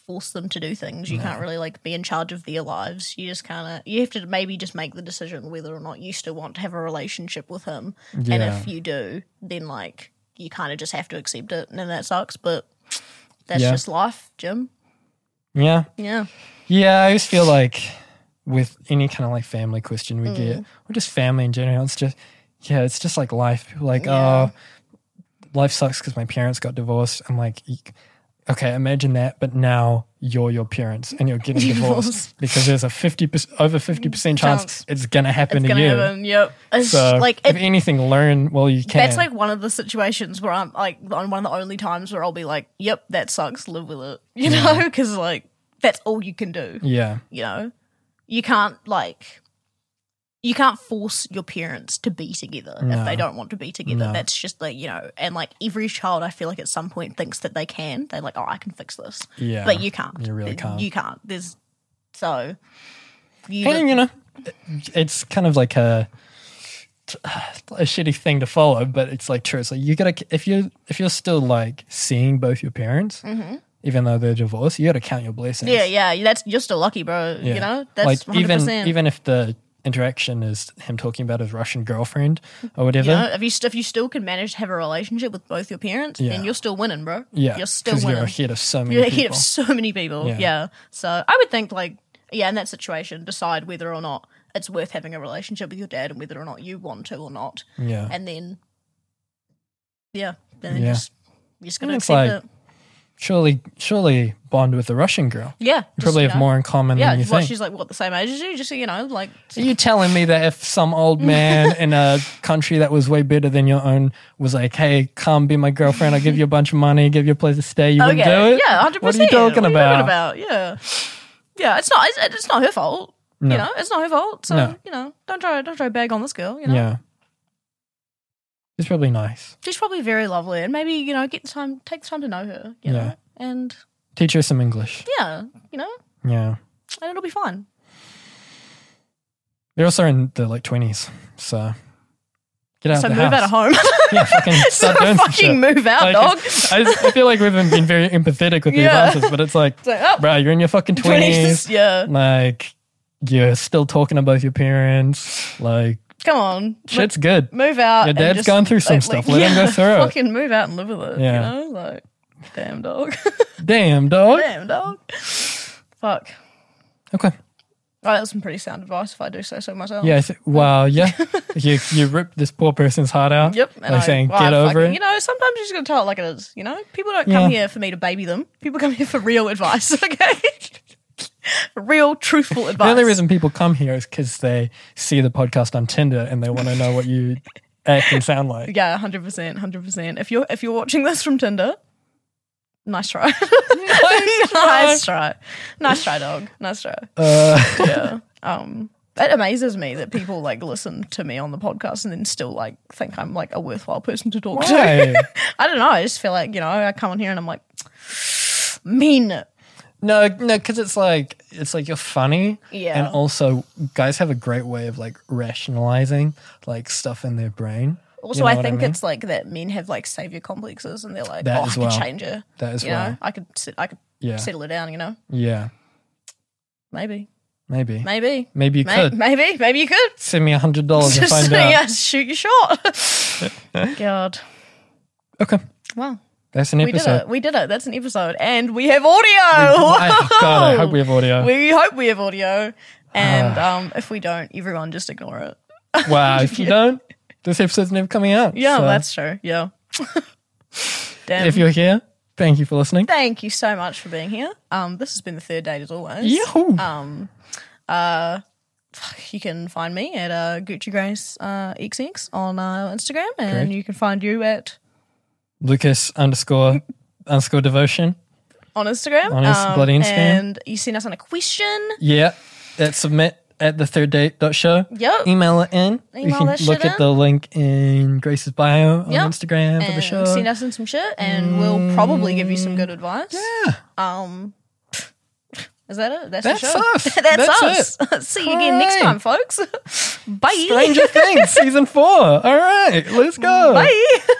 [SPEAKER 1] force them to do things. You can't really like be in charge of their lives. You just kind of you have to maybe just make the decision whether or not you still want to have a relationship with him. And
[SPEAKER 2] Yeah.
[SPEAKER 1] if you do, then like you kind of just have to accept it, and then that sucks. But that's
[SPEAKER 2] Yeah.
[SPEAKER 1] just life, Jim.
[SPEAKER 2] yeah,
[SPEAKER 1] Yeah.
[SPEAKER 2] yeah. I just feel like with any kind of like family question we
[SPEAKER 1] Mm.
[SPEAKER 2] get, or just family in general, it's just yeah, it's just like life. People are like
[SPEAKER 1] Yeah.
[SPEAKER 2] oh, life sucks because my parents got divorced. I'm like. "Eek." Okay, imagine that, but now you're your parents and you're getting divorced,
[SPEAKER 1] Divorced. Mm,
[SPEAKER 2] because there's a fifty percent, over fifty percent chance
[SPEAKER 1] Chance.
[SPEAKER 2] it's gonna happen
[SPEAKER 1] It's
[SPEAKER 2] to
[SPEAKER 1] gonna
[SPEAKER 2] you.
[SPEAKER 1] happen. Yep. It's
[SPEAKER 2] So,
[SPEAKER 1] like
[SPEAKER 2] if
[SPEAKER 1] it,
[SPEAKER 2] anything, learn while you can.
[SPEAKER 1] that's like one of the situations where I'm like on one of the only times where I'll be like, "Yep, that sucks. Live with it," you know, because like that's all you can do.
[SPEAKER 2] yeah,
[SPEAKER 1] You know, you can't like. You can't force your parents to be together if they don't want to be together.
[SPEAKER 2] No.
[SPEAKER 1] That's just like, you know, and like every child, I feel like at some point thinks that they can. They're like, oh, I can fix this.
[SPEAKER 2] yeah.
[SPEAKER 1] but you can't.
[SPEAKER 2] You really can't.
[SPEAKER 1] You can't. There's so you
[SPEAKER 2] and you know, it's kind of like a a shitty thing to follow, but it's like true. It's like you gotta if you if you're still like seeing both your parents, even though they're divorced, you gotta count your blessings.
[SPEAKER 1] Mm-hmm. yeah, yeah. That's you're still lucky, bro.
[SPEAKER 2] Yeah.
[SPEAKER 1] You know, that's
[SPEAKER 2] like
[SPEAKER 1] 100%.
[SPEAKER 2] even even if the interaction is him talking about his Russian girlfriend or whatever.
[SPEAKER 1] you know, if you st- if you still can manage to have a relationship with both your parents,
[SPEAKER 2] Yeah.
[SPEAKER 1] then you're still winning, bro.
[SPEAKER 2] yeah,
[SPEAKER 1] you're still
[SPEAKER 2] 'cause
[SPEAKER 1] winning.
[SPEAKER 2] You're ahead of so many
[SPEAKER 1] You're
[SPEAKER 2] people.
[SPEAKER 1] ahead of so many people.
[SPEAKER 2] Yeah.
[SPEAKER 1] Yeah. So I would think like yeah, in that situation, decide whether or not it's worth having a relationship with your dad and whether or not you want to or not,
[SPEAKER 2] yeah,
[SPEAKER 1] and then yeah, then
[SPEAKER 2] Yeah.
[SPEAKER 1] just you're just gonna
[SPEAKER 2] And it's
[SPEAKER 1] accept
[SPEAKER 2] like-
[SPEAKER 1] it.
[SPEAKER 2] surely surely bond with the Russian girl.
[SPEAKER 1] Yeah, just,
[SPEAKER 2] Probably
[SPEAKER 1] you
[SPEAKER 2] have
[SPEAKER 1] know.
[SPEAKER 2] more in common
[SPEAKER 1] Yeah,
[SPEAKER 2] than you
[SPEAKER 1] what
[SPEAKER 2] think.
[SPEAKER 1] she's like, what the same age as you? Just so you know, like
[SPEAKER 2] Are you telling me that if some old man in a country that was way better than your own was like, "Hey, come be my girlfriend. I'll give you a bunch of money, give you a place to stay," you wouldn't do it?
[SPEAKER 1] yeah, hundred
[SPEAKER 2] What
[SPEAKER 1] percent.
[SPEAKER 2] are you talking about?
[SPEAKER 1] Yeah, yeah. It's not. It's, it's not her fault.
[SPEAKER 2] No.
[SPEAKER 1] You know, it's not her fault. So
[SPEAKER 2] No.
[SPEAKER 1] you know, don't try. Don't try to bag on this girl. You know,
[SPEAKER 2] Yeah, it's probably nice.
[SPEAKER 1] she's probably very lovely, and maybe you know, get the time, take the time to know her. You
[SPEAKER 2] Yeah.
[SPEAKER 1] know, and
[SPEAKER 2] Teach her some English.
[SPEAKER 1] yeah, you know,
[SPEAKER 2] Yeah,
[SPEAKER 1] and it'll be fine.
[SPEAKER 2] they're also in their like twenties, so get out
[SPEAKER 1] so
[SPEAKER 2] of the
[SPEAKER 1] move
[SPEAKER 2] house.
[SPEAKER 1] out of home.
[SPEAKER 2] Yeah, fucking
[SPEAKER 1] so
[SPEAKER 2] start doing some shit.
[SPEAKER 1] fucking move out,
[SPEAKER 2] Like,
[SPEAKER 1] dog.
[SPEAKER 2] it's- I, just- I feel like we've been being very empathetic with these
[SPEAKER 1] Yeah.
[SPEAKER 2] answers, but it's like,
[SPEAKER 1] It's like, oh,
[SPEAKER 2] bro, you're in your fucking
[SPEAKER 1] 20s.
[SPEAKER 2] twenties.
[SPEAKER 1] Yeah,
[SPEAKER 2] Like, you're still talking about your parents. Like,
[SPEAKER 1] come on.
[SPEAKER 2] shit's good.
[SPEAKER 1] move out.
[SPEAKER 2] Your
[SPEAKER 1] and
[SPEAKER 2] dad's
[SPEAKER 1] just,
[SPEAKER 2] gone through some
[SPEAKER 1] like-
[SPEAKER 2] stuff.
[SPEAKER 1] like,
[SPEAKER 2] Let him go
[SPEAKER 1] yeah,
[SPEAKER 2] through it.
[SPEAKER 1] Fucking move out and live with it.
[SPEAKER 2] Yeah.
[SPEAKER 1] You know, like damn dog,
[SPEAKER 2] Damn, dog.
[SPEAKER 1] damn dog. Fuck.
[SPEAKER 2] Okay.
[SPEAKER 1] Oh, that was some pretty sound advice, if I do say so myself.
[SPEAKER 2] Yeah. I thi- wow. Yeah. you you ripped this poor person's heart out.
[SPEAKER 1] Yep.
[SPEAKER 2] By saying,
[SPEAKER 1] well,
[SPEAKER 2] get
[SPEAKER 1] I
[SPEAKER 2] over
[SPEAKER 1] fucking-
[SPEAKER 2] it.
[SPEAKER 1] You know, sometimes you just got to tell it like it is. You know, people don't come
[SPEAKER 2] Yeah.
[SPEAKER 1] here for me to baby them. People come here for real advice. Okay. real, truthful
[SPEAKER 2] the
[SPEAKER 1] advice.
[SPEAKER 2] only reason people come here is because they see the podcast on Tinder and they want to know what you act and sound like.
[SPEAKER 1] yeah, hundred percent, hundred percent. If you're if you're watching this from Tinder, nice try. nice try. Nice try, dog. Nice try.
[SPEAKER 2] Uh,
[SPEAKER 1] Yeah. Um. It amazes me that people like listen to me on the podcast and then still like think I'm like a worthwhile person to talk to.
[SPEAKER 2] why?
[SPEAKER 1] I don't know. I just feel like you know I come on here and I'm like mean. it.
[SPEAKER 2] No, no, because it's like it's like you're funny,
[SPEAKER 1] Yeah.
[SPEAKER 2] and also guys have a great way of like rationalizing like stuff in their brain.
[SPEAKER 1] Also,
[SPEAKER 2] know
[SPEAKER 1] I
[SPEAKER 2] what I
[SPEAKER 1] think
[SPEAKER 2] mean?
[SPEAKER 1] it's like that men have like savior complexes and they're like,
[SPEAKER 2] That
[SPEAKER 1] oh, I
[SPEAKER 2] as
[SPEAKER 1] could
[SPEAKER 2] well.
[SPEAKER 1] change it.
[SPEAKER 2] That is
[SPEAKER 1] You
[SPEAKER 2] why,
[SPEAKER 1] know, I could sit, I could
[SPEAKER 2] yeah,
[SPEAKER 1] settle it down. You know,
[SPEAKER 2] yeah,
[SPEAKER 1] maybe,
[SPEAKER 2] maybe, maybe,
[SPEAKER 1] maybe,
[SPEAKER 2] you
[SPEAKER 1] May-
[SPEAKER 2] could
[SPEAKER 1] maybe, maybe you could
[SPEAKER 2] send me a hundred dollars and
[SPEAKER 1] just
[SPEAKER 2] find out.
[SPEAKER 1] yeah, shoot your shot. God,
[SPEAKER 2] Okay,
[SPEAKER 1] well,
[SPEAKER 2] that's an
[SPEAKER 1] we did
[SPEAKER 2] episode.
[SPEAKER 1] it. We did it. That's an episode, and we have audio.
[SPEAKER 2] I, God, I hope we have audio. Ah.
[SPEAKER 1] We hope we have audio, and um, if we don't, everyone just ignore it.
[SPEAKER 2] wow, if you don't, this episode's never coming out.
[SPEAKER 1] Yeah,
[SPEAKER 2] So,
[SPEAKER 1] that's true. Yeah. Damn.
[SPEAKER 2] if you're here, thank you for listening.
[SPEAKER 1] Thank you so much for being here. Um, this has been the third date as always.
[SPEAKER 2] Yahoo!
[SPEAKER 1] Um, uh, you can find me at uh, Gucci Grace uh, XX on uh, Instagram, and
[SPEAKER 2] Correct.
[SPEAKER 1] you can find you at
[SPEAKER 2] Lucas underscore underscore devotion.
[SPEAKER 1] on Instagram. Um,
[SPEAKER 2] On Inst- bloody Instagram.
[SPEAKER 1] And you send us on a question.
[SPEAKER 2] Yeah. At submit at the third date dot show.
[SPEAKER 1] Yep.
[SPEAKER 2] Email it in. you
[SPEAKER 1] Email
[SPEAKER 2] can
[SPEAKER 1] that shit
[SPEAKER 2] look at
[SPEAKER 1] in.
[SPEAKER 2] the link in Grace's bio on
[SPEAKER 1] Yep.
[SPEAKER 2] Instagram for the
[SPEAKER 1] and
[SPEAKER 2] show. Mm.
[SPEAKER 1] send us in some shit, and we'll probably give you some good advice.
[SPEAKER 2] yeah.
[SPEAKER 1] Um, is that it? That's,
[SPEAKER 2] That's
[SPEAKER 1] the show.
[SPEAKER 2] us.
[SPEAKER 1] That's,
[SPEAKER 2] That's
[SPEAKER 1] us. See you again next
[SPEAKER 2] Hooray.
[SPEAKER 1] time, folks. Bye.
[SPEAKER 2] Stranger Things season four. All right, let's go.
[SPEAKER 1] Bye.